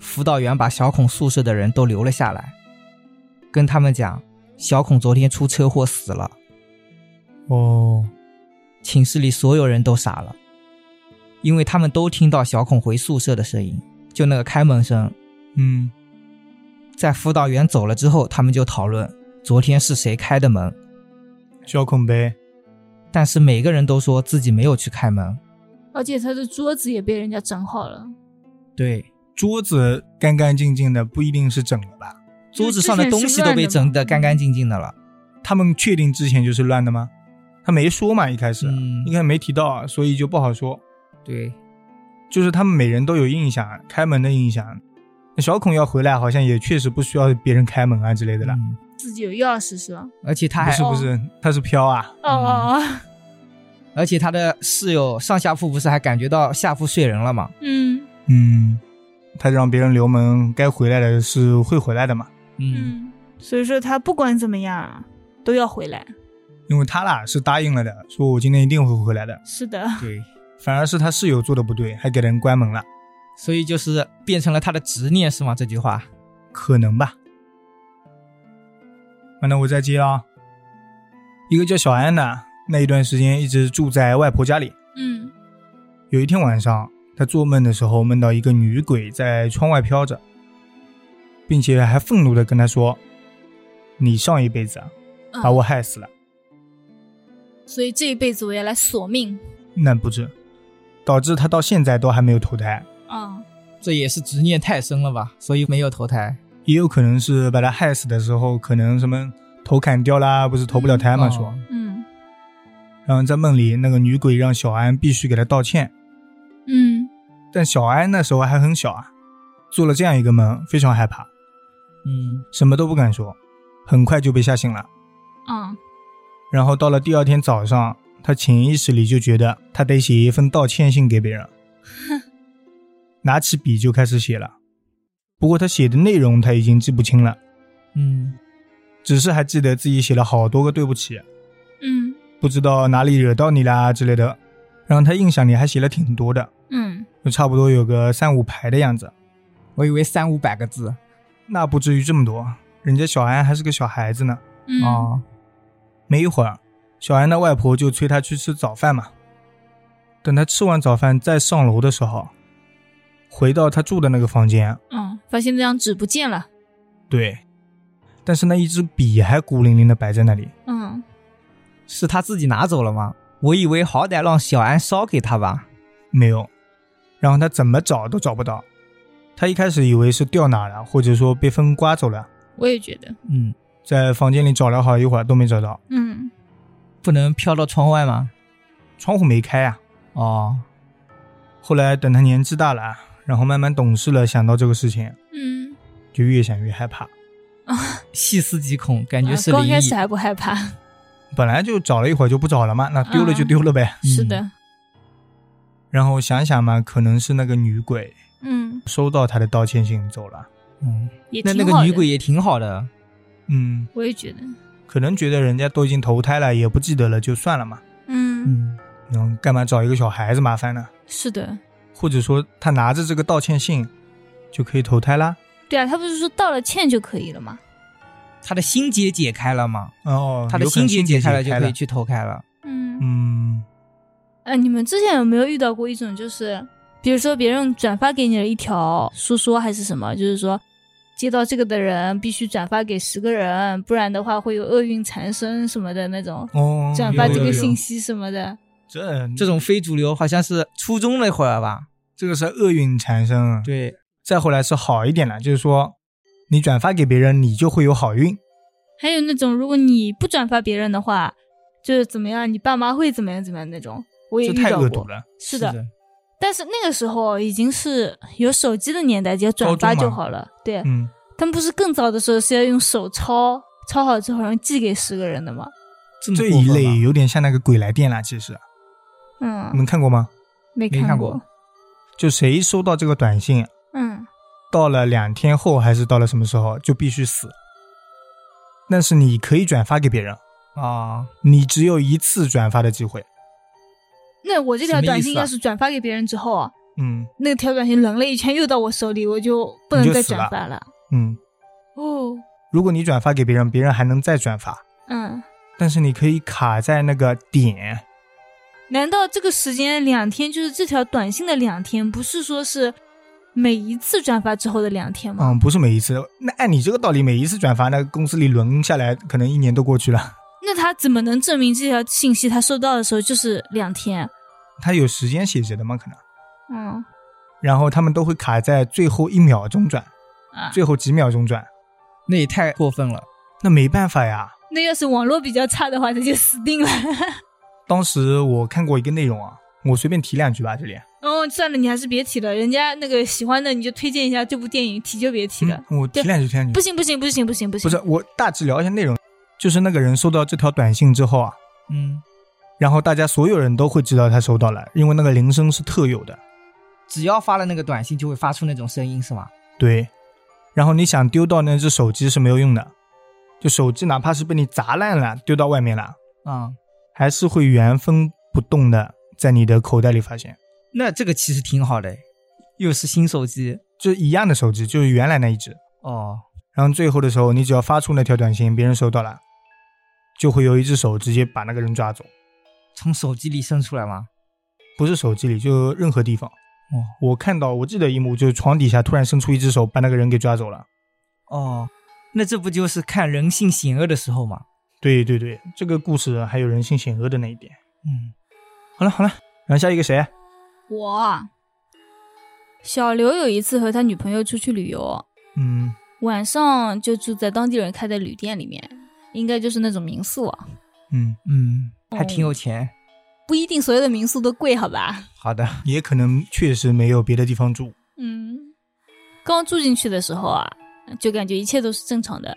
Speaker 3: 辅导员把小孔宿舍的人都留了下来，跟他们讲小孔昨天出车祸死了。
Speaker 1: 哦，
Speaker 3: 寝室里所有人都傻了，因为他们都听到小孔回宿舍的声音，就那个开门声。
Speaker 1: 嗯，
Speaker 3: 在辅导员走了之后，他们就讨论昨天是谁开的门，
Speaker 1: 小孔呗。
Speaker 3: 但是每个人都说自己没有去开门。
Speaker 2: 而且他的桌子也被人家整好了，
Speaker 3: 对，
Speaker 1: 桌子干干净净的，不一定是整的吧？
Speaker 3: 桌子上的东西都被整得干干净净的了。
Speaker 1: 他们确定之前就是乱的吗？他没说嘛，一开始、
Speaker 3: 嗯
Speaker 1: 啊应该没提到啊，所以就不好说。
Speaker 3: 对，
Speaker 1: 就是他们每人都有印象，开门的印象。那小孔要回来，好像也确实不需要别人开门啊之类的啦。
Speaker 3: 嗯
Speaker 2: 自己有钥匙是吧？
Speaker 3: 而且他
Speaker 1: 不
Speaker 3: 还
Speaker 1: 是，不是，他是飘啊。
Speaker 2: 哦哦哦，
Speaker 3: 而且他的室友上下铺不是还感觉到下铺睡人了吗？
Speaker 2: 嗯
Speaker 1: 嗯，他让别人留门，该回来的是会回来的嘛。
Speaker 3: 嗯，
Speaker 2: 嗯，所以说他不管怎么样都要回来。
Speaker 1: 因为他啦是答应了的，说我今天一定会回来的，
Speaker 2: 是的，
Speaker 3: 对，
Speaker 1: 反而是他室友做的不对，还给人关门了，
Speaker 3: 所以就是变成了他的执念是吗？这句话，
Speaker 1: 可能吧。啊那我再接啊，一个叫小安的，那一段时间一直住在外婆家里。
Speaker 2: 嗯
Speaker 1: 有一天晚上，他做梦的时候梦到一个女鬼在窗外飘着，并且还愤怒的跟他说：“你上一辈子啊
Speaker 2: 嗯
Speaker 1: 把我害死了，
Speaker 2: 所以这一辈子我要来索命。
Speaker 1: 那不止，导致他到现在都还没有投胎，
Speaker 2: 嗯
Speaker 3: 这也是执念太深了吧？所以没有投胎。
Speaker 1: 也有可能是把他害死的时候，可能什么头砍掉啦，不是投不了胎嘛说。
Speaker 3: 哦
Speaker 2: 嗯
Speaker 1: 然后在梦里，那个女鬼让小安必须给他道歉，
Speaker 2: 嗯
Speaker 1: 但小安那时候还很小啊，做了这样一个梦，非常害怕，
Speaker 3: 嗯，
Speaker 1: 什么都不敢说，很快就被吓醒了。
Speaker 2: 嗯
Speaker 1: 然后到了第二天早上，他潜意识里就觉得他得写一份道歉信给别人，拿起笔就开始写了。不过他写的内容他已经记不清了，
Speaker 3: 嗯，
Speaker 1: 只是还记得自己写了好多个对不起，
Speaker 2: 嗯
Speaker 1: 不知道哪里惹到你啦之类的。然后他印象里还写了挺多的，
Speaker 2: 嗯，
Speaker 1: 就差不多有个三五排的样子。
Speaker 3: 我以为三五百个字
Speaker 1: 那不至于这么多，人家小安还是个小孩子呢。
Speaker 2: 嗯
Speaker 3: 哦，
Speaker 1: 没一会儿，小安的外婆就催他去吃早饭嘛。等他吃完早饭再上楼的时候，回到他住的那个房间，
Speaker 2: 嗯，发现那张纸不见了。
Speaker 1: 对，但是那一支笔还孤零零的摆在那里。
Speaker 2: 嗯，
Speaker 3: 是他自己拿走了吗？我以为好歹让小安烧给他吧。
Speaker 1: 没有，然后他怎么找都找不到。他一开始以为是掉哪了，或者说被风刮走了，
Speaker 2: 我也觉得。
Speaker 3: 嗯，
Speaker 1: 在房间里找了好一会儿都没找到，
Speaker 2: 嗯
Speaker 3: 不能飘到窗外吗？
Speaker 1: 窗户没开啊。
Speaker 3: 哦，
Speaker 1: 后来等他年纪大了，啊然后慢慢懂事了，想到这个事情，
Speaker 2: 嗯，
Speaker 1: 就越想越害怕。
Speaker 3: 细思极恐，感觉
Speaker 2: 啊
Speaker 3: 是
Speaker 2: 刚
Speaker 3: 灵
Speaker 2: 开始
Speaker 3: 异。
Speaker 2: 还不害怕。
Speaker 1: 本来就找了一会儿就不找了嘛，那丢了就丢了呗。
Speaker 2: 是的。
Speaker 1: 然后想想嘛，可能是那个女鬼
Speaker 2: 嗯，
Speaker 1: 收到他的道歉信走了。
Speaker 3: 嗯，
Speaker 2: 也挺
Speaker 3: 那
Speaker 2: 好
Speaker 3: 那
Speaker 2: 的。
Speaker 3: 个女鬼也挺好的。
Speaker 1: 嗯，
Speaker 2: 我也觉得。
Speaker 1: 可能觉得人家都已经投胎了，也不记得了，就算了嘛。
Speaker 2: 嗯，
Speaker 3: 嗯，
Speaker 1: 嗯，干嘛找一个小孩子麻烦呢？
Speaker 2: 是的。
Speaker 1: 或者说他拿着这个道歉信就可以投胎啦？
Speaker 2: 对啊，他不是说道了歉就可以了吗？
Speaker 3: 他的心结解开了嘛，
Speaker 1: 哦，
Speaker 3: 他的
Speaker 1: 有可能
Speaker 3: 心结解
Speaker 1: 解
Speaker 3: 开了就可以
Speaker 1: 了。
Speaker 3: 去投胎了。
Speaker 2: 嗯，
Speaker 1: 嗯，
Speaker 2: 呃，你们之前有没有遇到过一种，就是比如说别人转发给你了一条说说还是什么，就是说接到这个的人必须转发给十个人，不然的话会有厄运缠身什么的那种，
Speaker 1: 哦，
Speaker 2: 转发
Speaker 1: 有
Speaker 2: 这
Speaker 1: 有
Speaker 2: 个
Speaker 1: 有
Speaker 2: 信息什么的。
Speaker 1: 这
Speaker 3: 这种非主流好像是初中那会儿吧？
Speaker 1: 这个是厄运缠身啊。
Speaker 3: 对，
Speaker 1: 再后来是好一点了，就是说你转发给别人，你就会有好运。
Speaker 2: 还有那种，如果你不转发别人的话，就是怎么样，你爸妈会怎么样怎么样那种，我也
Speaker 1: 这
Speaker 2: 遇
Speaker 1: 太
Speaker 2: 到
Speaker 1: 恶
Speaker 2: 过
Speaker 1: 毒。了。
Speaker 2: 是的，但是那个时候已经是有手机的年代，直接转
Speaker 1: 高
Speaker 2: 发
Speaker 1: 中
Speaker 2: 就
Speaker 1: 嘛
Speaker 2: 好了。对，
Speaker 1: 嗯，
Speaker 2: 他们不是更早的时候是要用手抄，抄好之后然后寄给十个人的吗？
Speaker 3: 这么
Speaker 1: 这
Speaker 3: 过
Speaker 1: 一
Speaker 3: 分吗
Speaker 1: 类有点像那个鬼来电啦，其实
Speaker 2: 嗯，
Speaker 1: 你们看过吗？
Speaker 2: 没
Speaker 3: 没看
Speaker 2: 过。
Speaker 3: 过
Speaker 1: 就谁收到这个短信，
Speaker 2: 嗯，
Speaker 1: 到了两天后还是到了什么时候，就必须死。但是你可以转发给别人，
Speaker 3: 啊，
Speaker 1: 你只有一次转发的机会。
Speaker 2: 那我这条
Speaker 3: 什么意
Speaker 2: 短信
Speaker 3: 思啊
Speaker 2: 要是转发给别人之后啊，
Speaker 1: 嗯
Speaker 2: 那条短信扔了一圈又到我手里，我就不能
Speaker 1: 你就
Speaker 2: 再
Speaker 1: 死
Speaker 2: 转
Speaker 1: 了
Speaker 2: 发了。
Speaker 1: 嗯，
Speaker 2: 哦，
Speaker 1: 如果你转发给别人，别人还能再转发，
Speaker 2: 嗯，
Speaker 1: 但是你可以卡在那个点。
Speaker 2: 难道这个时间两天就是这条短信的两天，不是说是每一次转发之后的两天吗？
Speaker 1: 嗯，不是每一次。那按你这个道理，每一次转发，那个公司里轮下来，可能一年都过去了。
Speaker 2: 那他怎么能证明这条信息他收到的时候就是两天？
Speaker 1: 他有时间写着的吗？可能。
Speaker 2: 嗯
Speaker 1: 然后他们都会卡在最后一秒钟转，
Speaker 2: 啊，
Speaker 1: 最后几秒钟转。
Speaker 3: 那也太过分了。
Speaker 1: 那没办法呀。
Speaker 2: 那要是网络比较差的话，他就死定了。
Speaker 1: 当时我看过一个内容啊，我随便提两句吧，这里。
Speaker 2: 哦，算了，你还是别提了。人家那个喜欢的，你就推荐一下这部电影，提就别提了。
Speaker 1: 嗯我提两句，提两句。
Speaker 2: 不行不行不行不行不
Speaker 1: 不
Speaker 2: 行！
Speaker 1: 是，我大致聊一下内容，就是那个人收到这条短信之后啊，
Speaker 3: 嗯，
Speaker 1: 然后大家所有人都会知道他收到了，因为那个铃声是特有的，
Speaker 3: 只要发了那个短信，就会发出那种声音，是吗？
Speaker 1: 对。然后你想丢到那只手机是没有用的，就手机哪怕是被你砸烂了，丢到外面了，
Speaker 3: 啊、
Speaker 1: 还是会原封不动的在你的口袋里发现，
Speaker 3: 那这个其实挺好的，又是新手机
Speaker 1: 就是一样的手机，就是原来那一只。
Speaker 3: 哦，
Speaker 1: 然后最后的时候，你只要发出那条短信，别人收到了，就会有一只手直接把那个人抓走，
Speaker 3: 从手机里伸出来吗？
Speaker 1: 不是手机里，就任何地方。
Speaker 3: 哦
Speaker 1: 我看到，我记得一幕就是床底下突然伸出一只手，把那个人给抓走了。
Speaker 3: 哦，那这不就是看人性险恶的时候吗？
Speaker 1: 对对对，这个故事还有人性险恶的那一点。
Speaker 3: 嗯，
Speaker 1: 好了好了，然后下一个谁？
Speaker 2: 我啊小刘有一次和他女朋友出去旅游，
Speaker 1: 嗯，
Speaker 2: 晚上就住在当地人开的旅店里面，应该就是那种民宿啊，
Speaker 1: 嗯，
Speaker 3: 嗯，还挺有钱。
Speaker 2: 不一定所有的民宿都贵，好吧？
Speaker 3: 好的，
Speaker 1: 也可能确实没有别的地方住。
Speaker 2: 嗯，刚住进去的时候啊，就感觉一切都是正常的，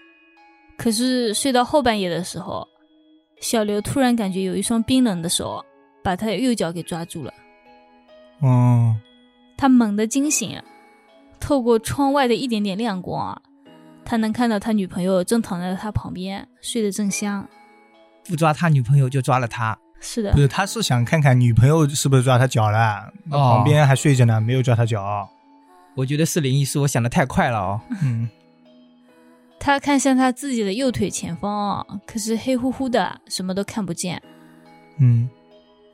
Speaker 2: 可是睡到后半夜的时候，小刘突然感觉有一双冰冷的手把他的右脚给抓住了。
Speaker 1: 哦，
Speaker 2: 他猛地惊醒，透过窗外的一点点亮光啊，他能看到他女朋友正躺在他旁边，睡得正香。
Speaker 3: 不抓他女朋友就抓了他。
Speaker 2: 是的
Speaker 1: 不，是，他是想看看女朋友是不是抓他脚了，那
Speaker 3: 哦
Speaker 1: 旁边还睡着呢，没有抓他脚。
Speaker 3: 我觉得是灵异，是我想的太快了哦。
Speaker 1: 嗯，
Speaker 2: 他看向他自己的右腿前方啊，可是黑乎乎的，什么都看不见。
Speaker 1: 嗯，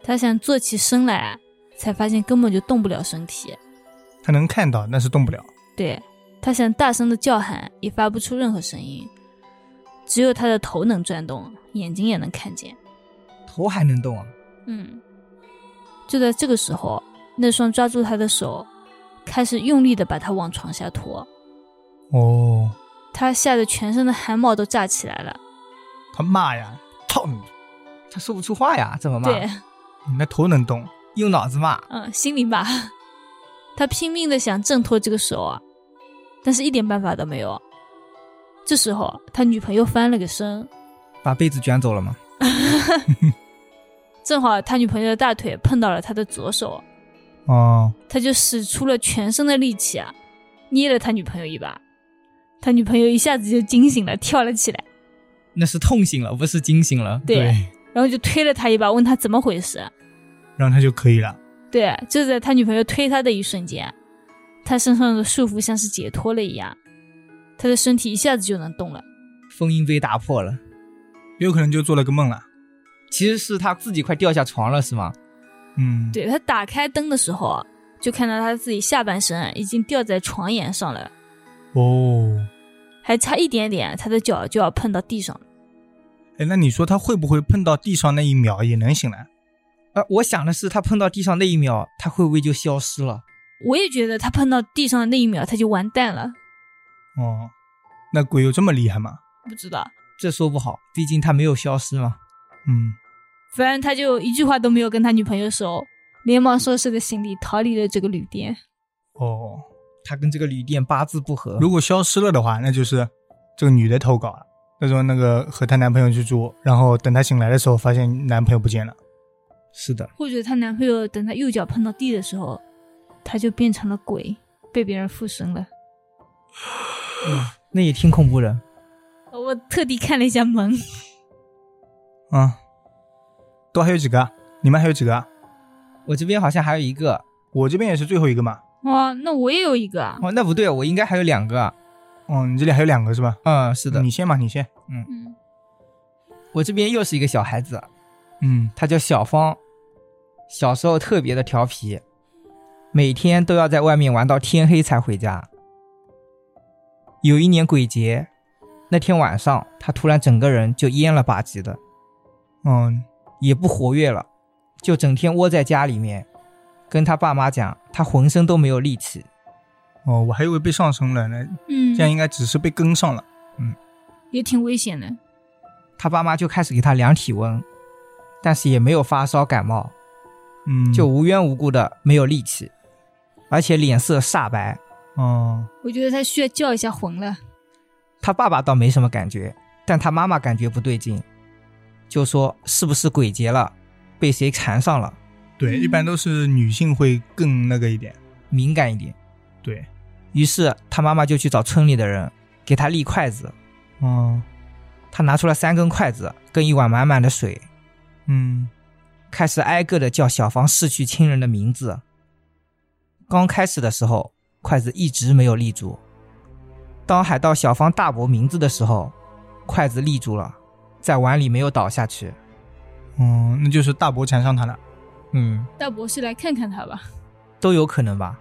Speaker 2: 他想坐起身来，才发现根本就动不了身体。
Speaker 1: 他能看到，但是动不了。
Speaker 2: 对他想大声的叫喊，也发不出任何声音，只有他的头能转动，眼睛也能看见。
Speaker 3: 头还能动啊？
Speaker 2: 嗯，就在这个时候，那双抓住他的手开始用力的把他往床下拖，
Speaker 1: 哦，
Speaker 2: 他吓得全身的汗毛都炸起来了。
Speaker 1: 他骂呀，操你！
Speaker 3: 他说不出话呀，怎么骂？
Speaker 2: 对，
Speaker 1: 你那头能动？
Speaker 3: 用脑子骂。
Speaker 2: 嗯，心里吧，他拼命的想挣脱这个手啊，但是一点办法都没有。这时候，他女朋友翻了个身，
Speaker 3: 把被子卷走了吗？
Speaker 2: 正好他女朋友的大腿碰到了他的左手，
Speaker 1: 哦，
Speaker 2: 他就使出了全身的力气啊，捏了他女朋友一把。他女朋友一下子就惊醒了，跳了起来。
Speaker 3: 那是痛醒了，不是惊醒了。
Speaker 2: 对，，然后就推了他一把，问他怎么回事。
Speaker 1: 让他就可以了。
Speaker 2: 对，就在他女朋友推他的一瞬间，他身上的束缚像是解脱了一样，他的身体一下子就能动了。
Speaker 3: 封印被打破了。
Speaker 1: 有可能就做了个梦了。
Speaker 3: 其实是他自己快掉下床了，是吗？
Speaker 1: 嗯，
Speaker 2: 对他打开灯的时候啊，就看到他自己下半身已经掉在床沿上了，
Speaker 1: 哦，
Speaker 2: 还差一点点，他的脚就要碰到地上了。
Speaker 1: 哎，那你说他会不会碰到地上那一秒也能醒来？
Speaker 3: 呃，我想的是，他碰到地上那一秒，他会不会就消失了？
Speaker 2: 我也觉得他碰到地上的那一秒他就完蛋了，
Speaker 1: 哦，那鬼有这么厉害吗？
Speaker 2: 不知道，
Speaker 3: 这说不好，毕竟他没有消失嘛。
Speaker 1: 嗯，
Speaker 2: 反正他就一句话都没有跟他女朋友说，连忙收拾的行李逃离了这个旅店。
Speaker 1: 哦，
Speaker 3: 他跟这个旅店八字不合。
Speaker 1: 如果消失了的话，那就是这个女的投稿了。她说那个和她男朋友去住，然后等她醒来的时候，发现男朋友不见了。
Speaker 3: 是的，
Speaker 2: 或者她男朋友等她右脚碰到地的时候，她就变成了鬼，被别人附身了。
Speaker 3: 那也挺恐怖的。
Speaker 2: 我特地看了一下门，
Speaker 1: 嗯，都还有几个？啊你们还有几个？
Speaker 3: 我这边好像还有一个，
Speaker 1: 我这边也是最后一个嘛。
Speaker 2: 哇，那我也有一个啊。
Speaker 3: 哦，那不对，我应该还有两个。
Speaker 1: 哦，你这里还有两个是吧？
Speaker 3: 嗯，是的，
Speaker 1: 你先嘛，你先。
Speaker 2: 嗯，
Speaker 3: 我这边又是一个小孩子，
Speaker 1: 嗯，
Speaker 3: 他叫小芳，小时候特别的调皮，每天都要在外面玩到天黑才回家。有一年鬼节，那天晚上他突然整个人就蔫了吧唧的，
Speaker 1: 哦，
Speaker 3: 也不活跃了，就整天窝在家里面，跟他爸妈讲他浑身都没有力气。
Speaker 1: 哦，我还以为被上身了呢，
Speaker 2: 嗯
Speaker 1: 这，样应该只是被跟上了。
Speaker 2: 也挺危险的。
Speaker 3: 他爸妈就开始给他量体温，但是也没有发烧感冒，
Speaker 1: 嗯，
Speaker 3: 就无缘无故的没有力气，而且脸色煞白。
Speaker 1: 哦，
Speaker 2: 我觉得他需要叫一下魂了。
Speaker 3: 他爸爸倒没什么感觉，但他妈妈感觉不对劲，就说是不是鬼节了，被谁缠上了，
Speaker 1: 对，一般都是女性会更那个一点。
Speaker 3: 敏感一点。
Speaker 1: 对，
Speaker 3: 于是他妈妈就去找村里的人给他立筷子，
Speaker 1: 哦，
Speaker 3: 他拿出了三根筷子跟一碗满满的水，
Speaker 1: 嗯，
Speaker 3: 开始挨个的叫小芳逝去亲人的名字。刚开始的时候，筷子一直没有立住。当喊到小芳大伯名字的时候，筷子立住了，在碗里没有倒下去。
Speaker 1: 哦，那就是大伯缠上他了。
Speaker 3: 嗯，
Speaker 2: 大博士来看看他吧。
Speaker 3: 都有可能吧。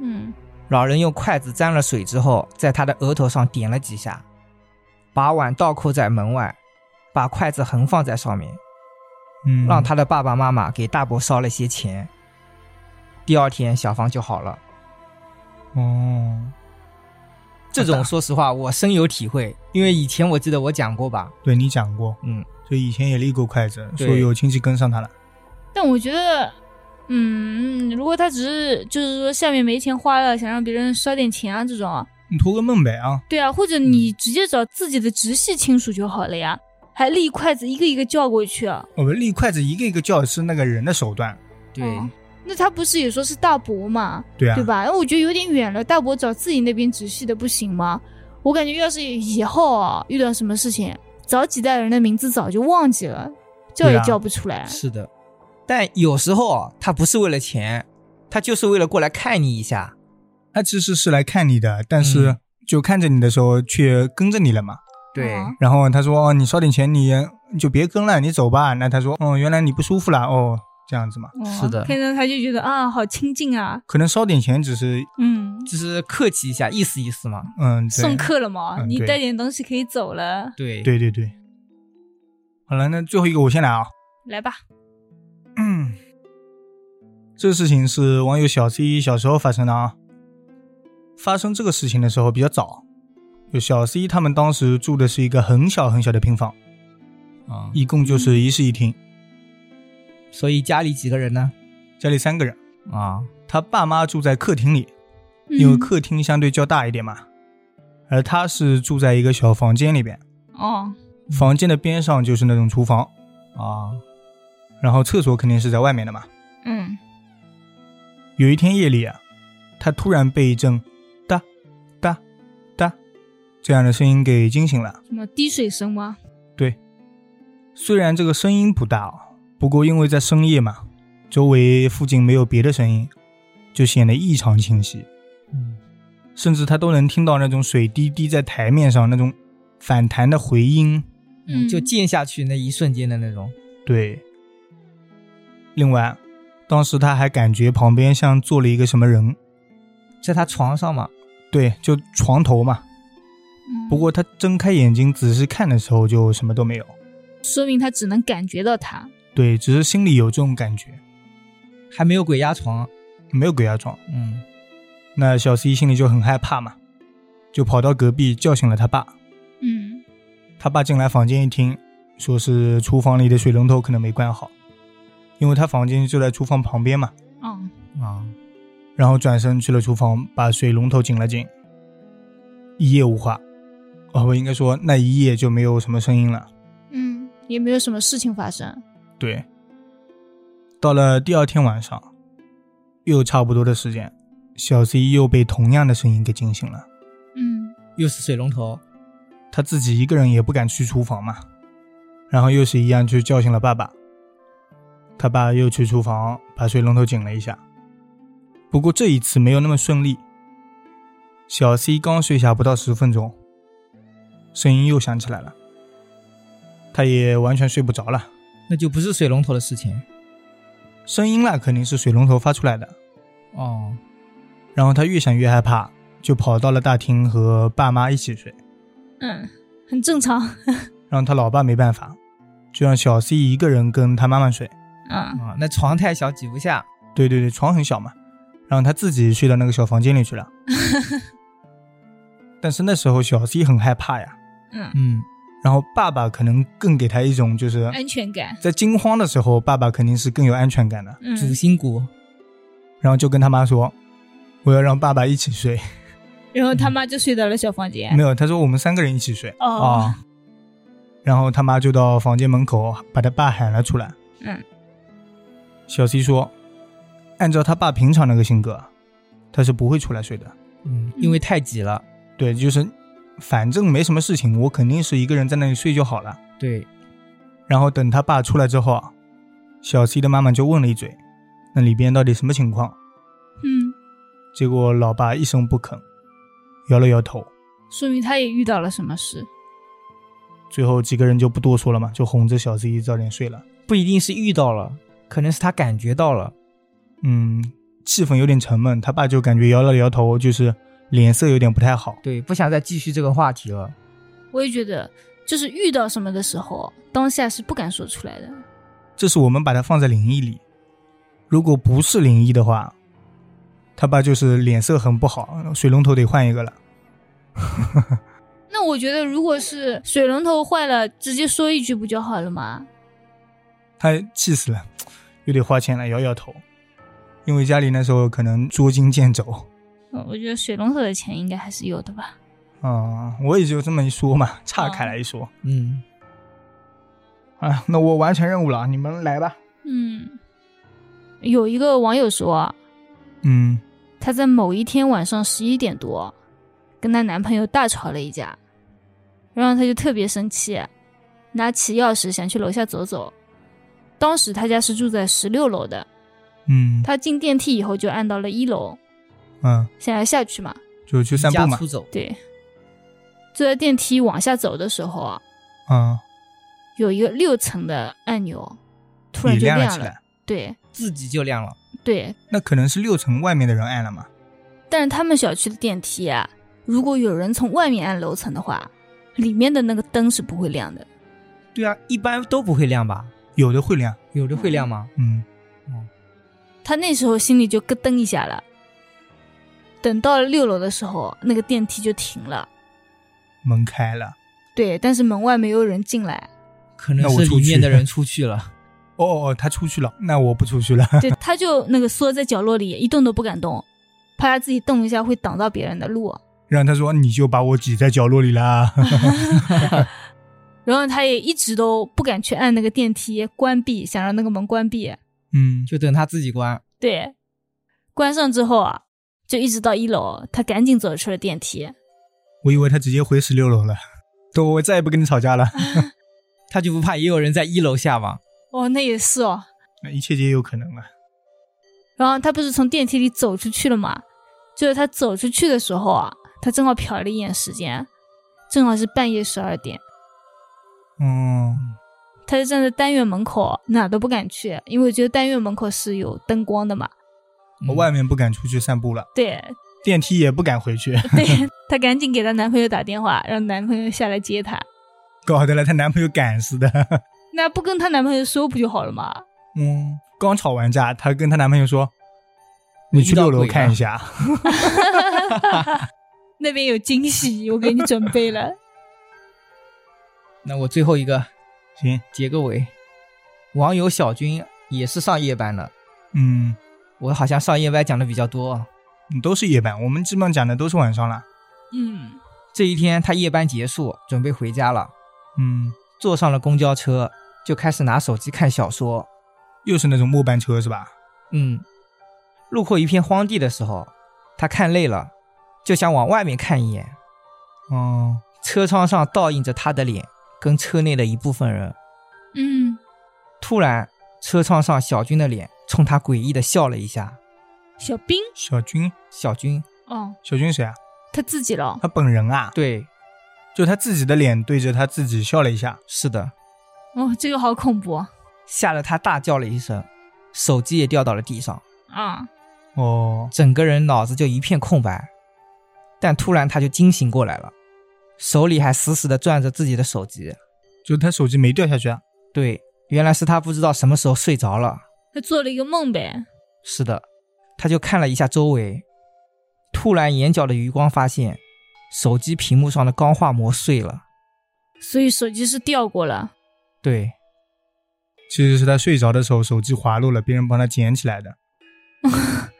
Speaker 2: 嗯，
Speaker 3: 老人用筷子沾了水之后，在他的额头上点了几下，把碗倒扣在门外，把筷子横放在上面，
Speaker 1: 嗯，
Speaker 3: 让他的爸爸妈妈给大伯烧了些钱。第二天，小芳就好了。
Speaker 1: 哦，
Speaker 3: 这种说实话，我深有体会，因为以前我记得我讲过吧，
Speaker 1: 对你讲过，
Speaker 3: 嗯，
Speaker 1: 所以以前也立过筷子，
Speaker 3: 对
Speaker 1: 说有亲戚跟上他了。
Speaker 2: 但我觉得，嗯，如果他只是就是说下面没钱花了，想让别人烧点钱啊这种啊，
Speaker 1: 你托个梦呗啊！
Speaker 2: 对啊，或者你直接找自己的直系亲属就好了呀，还立筷子一个一个叫过去啊。
Speaker 1: 我们立筷子一个一个叫是那个人的手段，
Speaker 3: 对，
Speaker 2: 哦那他不是也说是大伯嘛，
Speaker 1: 对啊，
Speaker 2: 对吧？哎那我觉得有点远了，大伯找自己那边直系的不行吗？我感觉要是以后啊遇到什么事情，找几代人的名字早就忘记了，叫
Speaker 1: 对
Speaker 2: 也
Speaker 1: 啊
Speaker 2: 叫不出来。
Speaker 3: 是的。但有时候啊他不是为了钱，他就是为了过来看你一下。
Speaker 1: 他其实是来看你的，但是
Speaker 3: 嗯
Speaker 1: 就看着你的时候却跟着你了嘛。
Speaker 3: 对，
Speaker 2: 嗯
Speaker 1: 然后他说：“哦，你烧点钱，你就别跟了，你走吧。”那他说：“哦，原来你不舒服了，哦，这样子嘛。
Speaker 2: 哦
Speaker 3: 是的
Speaker 2: 看到他就觉得啊，好亲近啊，
Speaker 1: 可能烧点钱只是，
Speaker 2: 嗯，
Speaker 3: 就是客气一下，意思意思嘛。
Speaker 1: 嗯，对
Speaker 2: 送客了嘛，
Speaker 1: 嗯
Speaker 2: 你
Speaker 1: 对
Speaker 2: 带点东西可以走了，
Speaker 3: 对，
Speaker 1: 对对对。好了，那最后一个我先来啊。
Speaker 2: 来吧。
Speaker 1: 嗯，这个事情是网友小 C 小时候发生的啊。发生这个事情的时候比较早，就小 C 他们当时住的是一个很小很小的平房，
Speaker 3: 啊、
Speaker 1: 一共就是一室一厅，
Speaker 3: 所以家里几个人呢？
Speaker 1: 家里三个人，
Speaker 3: 啊，
Speaker 1: 他爸妈住在客厅里，
Speaker 2: 嗯
Speaker 1: 因为客厅相对较大一点嘛，而他是住在一个小房间里边，
Speaker 2: 嗯哦，
Speaker 1: 房间的边上就是那种厨房，
Speaker 3: 啊，
Speaker 1: 然后厕所肯定是在外面的嘛。
Speaker 2: 嗯，
Speaker 1: 有一天夜里啊，他突然被一阵哒哒哒这样的声音给惊醒了。
Speaker 2: 什么滴水声吗？
Speaker 1: 虽然这个声音不大哦，不过因为在深夜嘛，周围附近没有别的声音，就显得异常清晰，
Speaker 3: 嗯，
Speaker 1: 甚至他都能听到那种水滴滴在台面上那种反弹的回音，
Speaker 2: 嗯，
Speaker 3: 就溅下去那一瞬间的那种。
Speaker 1: 对。另外，当时他还感觉旁边像坐了一个什么人，
Speaker 3: 在他床上嘛，
Speaker 1: 对，就床头嘛。
Speaker 2: 嗯
Speaker 1: 不过他睁开眼睛仔细看的时候，就什么都没有。
Speaker 2: 说明他只能感觉到他。
Speaker 1: 对，只是心里有这种感觉，
Speaker 3: 还没有鬼压床。
Speaker 1: 没有鬼压床。
Speaker 3: 嗯，
Speaker 1: 那小 C 心里就很害怕嘛，就跑到隔壁叫醒了他爸。
Speaker 2: 嗯
Speaker 1: 他爸进来房间一听，说是厨房里的水龙头可能没关好，因为他房间就在厨房旁边嘛。
Speaker 2: 哦，
Speaker 3: 啊，
Speaker 1: 然后转身去了厨房，把水龙头紧了紧，一夜无话。哦，不应该说那一夜就没有什么声音了。
Speaker 2: 嗯，也没有什么事情发生。
Speaker 1: 对，到了第二天晚上，又差不多的时间，小 C 又被同样的声音给惊醒了。
Speaker 2: 嗯
Speaker 3: 又是水龙头。
Speaker 1: 他自己一个人也不敢去厨房嘛，然后又是一样去叫醒了爸爸。他爸又去厨房把水龙头紧了一下，不过这一次没有那么顺利。小 C 刚睡下不到十分钟，声音又响起来了，他也完全睡不着了。
Speaker 3: 那就不是水龙头的事情
Speaker 1: 声音啦肯定是水龙头发出来的，
Speaker 3: 哦。
Speaker 1: 然后他越想越害怕，就跑到了大厅和爸妈一起睡。
Speaker 2: 嗯，很正常。
Speaker 1: 让他老爸没办法，就让小 C 一个人跟他妈妈睡。
Speaker 2: 嗯
Speaker 3: 啊，那床太小挤不下，
Speaker 1: 对对对，床很小嘛，让他自己睡到那个小房间里去了。但是那时候小 C 很害怕呀，
Speaker 2: 嗯，
Speaker 3: 嗯，
Speaker 1: 然后爸爸可能更给他一种就是
Speaker 2: 安全感。
Speaker 1: 在惊慌的时候，爸爸肯定是更有安全感的，
Speaker 2: 嗯
Speaker 3: 主心骨，
Speaker 1: 然后就跟他妈说：“我要让爸爸一起睡。
Speaker 2: 然后他妈就睡到了小房”间。
Speaker 1: 没有，他说我们三个人一起睡。啊
Speaker 2: 哎哦，
Speaker 1: 然后他妈就到房间门口把他爸喊了出来。
Speaker 2: 嗯，
Speaker 1: 小 C 说：“按照他爸平常那个性格，他是不会出来睡的。
Speaker 3: 嗯，因为太挤了。
Speaker 1: 对，就是反正没什么事情，我肯定是一个人在那里睡就好了。
Speaker 3: 对，
Speaker 1: 然后等他爸出来之后啊，小 C 的妈妈就问了一嘴，那里边到底什么情况？
Speaker 2: 嗯，
Speaker 1: 结果老爸一声不吭，摇了摇头。
Speaker 2: 说明他也遇到了什么事。
Speaker 1: 最后几个人就不多说了嘛，就哄着小 C 早点睡了。
Speaker 3: 不一定是遇到了，可能是他感觉到了。
Speaker 1: 嗯，气氛有点沉闷，他爸就感觉摇了摇头，就是脸色有点不太好。
Speaker 3: 对，不想再继续这个话题了。
Speaker 2: 我也觉得，就是遇到什么的时候，当下是不敢说出来的。
Speaker 1: 这是我们把它放在灵异里。如果不是灵异的话，他爸就是脸色很不好，水龙头得换一个了。
Speaker 2: 那我觉得，如果是水龙头坏了，直接说一句不就好了吗？
Speaker 1: 他气死了，又得花钱了，摇摇头，因为家里那时候可能捉襟见肘
Speaker 2: 嗯，我觉得水龙头的钱应该还是有的吧。
Speaker 1: 啊、我也就这么一说嘛，岔开来一说
Speaker 3: 嗯，
Speaker 1: 啊。那我完成任务了，你们来吧。
Speaker 2: 嗯，有一个网友说，
Speaker 1: 嗯，
Speaker 2: 她在某一天晚上十一点多，跟她男朋友大吵了一架，然后她就特别生气，拿起钥匙想去楼下走走。当时她家是住在十六楼的，
Speaker 1: 嗯
Speaker 2: 她进电梯以后就按到了一楼，
Speaker 1: 嗯，
Speaker 2: 想要下去嘛，
Speaker 1: 就去散步
Speaker 3: 离家
Speaker 1: 嘛
Speaker 3: 出。走。
Speaker 2: 对。坐在电梯往下走的时候啊，
Speaker 1: 嗯，
Speaker 2: 有一个六层的按钮，突
Speaker 1: 你
Speaker 2: 然就
Speaker 1: 亮了
Speaker 2: 亮了。
Speaker 1: 起来，
Speaker 2: 对
Speaker 3: 自己就亮了。
Speaker 2: 对，
Speaker 1: 那可能是六层外面的人按了嘛。
Speaker 2: 但是他们小区的电梯啊，如果有人从外面按楼层的话，里面的那个灯是不会亮的。
Speaker 3: 对啊，一般都不会亮吧？
Speaker 1: 有的会亮，
Speaker 3: 有的会亮吗？
Speaker 1: 嗯，
Speaker 2: 他那时候心里就咯噔一下了。等到了六楼的时候，那个电梯就停了。
Speaker 1: 门开了。
Speaker 2: 对，但是门外没有人进 来，
Speaker 3: 可能
Speaker 1: 那我
Speaker 3: 是
Speaker 1: 出
Speaker 3: 里
Speaker 1: 去
Speaker 3: 面的人出去了。
Speaker 1: 哦哦，哦，他出去了，那我不出去了。
Speaker 2: 对，他就那个缩在角落里，一动都不敢动，怕他自己动一下会挡到别人的 路。
Speaker 1: 让他说你就把我挤在角落里啦。
Speaker 2: 然后他也一直都不敢去按那个电梯关闭，想让那个门关闭。
Speaker 1: 嗯，
Speaker 3: 就等他自己关。
Speaker 2: 对，关上之后啊，就一直到一楼，他赶紧走出了电梯。
Speaker 1: 我以为他直接回十六楼了，都我再也不跟你吵架了。
Speaker 3: 他就不怕也有人在一楼下吗？
Speaker 2: 哦，那也是哦。
Speaker 1: 那一切皆有可能啊。
Speaker 2: 然后他不是从电梯里走出去了嘛？就是他走出去的时候啊，他正好瞟了一眼时间，正好是半夜十二点，
Speaker 1: 嗯，
Speaker 2: 他就站在单元门口，哪都不敢去，因为我觉得单元门口是有灯光的嘛。
Speaker 3: 嗯
Speaker 1: 我哦外面不敢出去散步了，
Speaker 2: 对，
Speaker 1: 电梯也不敢回去，
Speaker 2: 对， 她赶紧给她男朋友打电话，让男朋友下来接她。
Speaker 1: 搞得了她男朋友赶似的。
Speaker 2: 那不跟她男朋友说不就好了吗？
Speaker 1: 嗯，刚吵完架，她跟她男朋友说：“你去六楼看一下。
Speaker 2: 那边有惊喜，我给你准备了。
Speaker 3: 那我最后一个”
Speaker 1: 行，
Speaker 3: 结个尾。网友小军也是上夜班的，
Speaker 1: 嗯，
Speaker 3: 我好像上夜班讲的比较多啊。
Speaker 1: 你都是夜班，我们基本上讲的都是晚上了。
Speaker 2: 嗯，
Speaker 3: 这一天他夜班结束，准备回家了，
Speaker 1: 嗯，
Speaker 3: 坐上了公交车，就开始拿手机看小说。
Speaker 1: 又是那种末班车是吧？
Speaker 3: 嗯，路过一片荒地的时候，他看累了，就想往外面看一眼。
Speaker 1: 哦，
Speaker 3: 车窗上倒映着他的脸跟车内的一部分人。
Speaker 2: 嗯，
Speaker 3: 突然，车窗上小军的脸冲他诡异的笑了一下。
Speaker 2: 小兵
Speaker 1: 小军，
Speaker 3: 小军，
Speaker 2: 哦，
Speaker 1: 小军谁啊？
Speaker 2: 他自己了。
Speaker 1: 他本人啊，
Speaker 3: 对，
Speaker 1: 就他自己的脸对着他自己笑了一下。
Speaker 3: 是的，
Speaker 2: 哦，这个好恐怖啊！
Speaker 3: 吓得他大叫了一声，手机也掉到了地上，
Speaker 2: 啊
Speaker 1: 哦，
Speaker 3: 整个人脑子就一片空白。但突然他就惊醒过来了，手里还死死的攥着自己的手机。
Speaker 1: 就他手机没掉下去啊。
Speaker 3: 对，原来是他不知道什么时候睡着了。
Speaker 2: 他做了一个梦呗。
Speaker 3: 是的，他就看了一下周围，突然眼角的余光发现，手机屏幕上的钢化膜碎了。
Speaker 2: 所以手机是掉过了。
Speaker 3: 对，
Speaker 1: 其实是他睡着的时候手机滑落了，别人帮他捡起来的。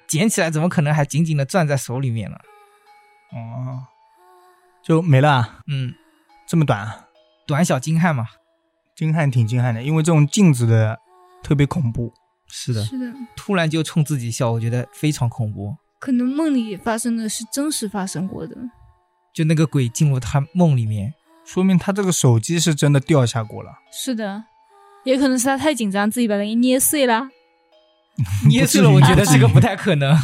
Speaker 3: 捡起来怎么可能还紧紧的攥在手里面呢？
Speaker 1: 哦，就没了啊，
Speaker 3: 嗯，
Speaker 1: 这么短啊，
Speaker 3: 短小精悍嘛。
Speaker 1: 惊撼挺惊撼的，因为这种镜子的特别恐怖。
Speaker 3: 是
Speaker 2: 是的，
Speaker 3: 突然就冲自己笑，我觉得非常恐怖。
Speaker 2: 可能梦里发生的是真实发生过的。
Speaker 3: 就那个鬼进入他梦里 面，
Speaker 1: 说明他这个手机是真的掉下过了，
Speaker 2: 是的，也可能是他太紧张，自己把它给捏碎了。
Speaker 3: 捏碎了，我觉得这个不太可能。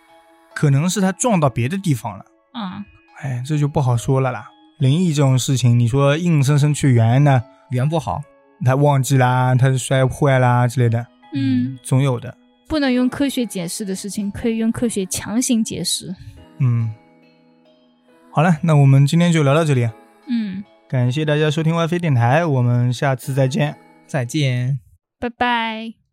Speaker 1: 可能是他撞到别的地方了。
Speaker 2: 啊、
Speaker 1: 哎，这就不好说了啦。灵异这种事情，你说硬生生去圆呢，
Speaker 3: 圆不好，
Speaker 1: 他忘记啦，他摔坏啦之类的，
Speaker 2: 嗯，
Speaker 1: 总有的。
Speaker 2: 不能用科学解释的事情，可以用科学强行解释。
Speaker 1: 嗯，好了，那我们今天就聊到这里，啊
Speaker 2: 嗯，
Speaker 1: 感谢大家收听 WiFi 电台，我们下次再见。
Speaker 3: 再见。
Speaker 2: 拜拜。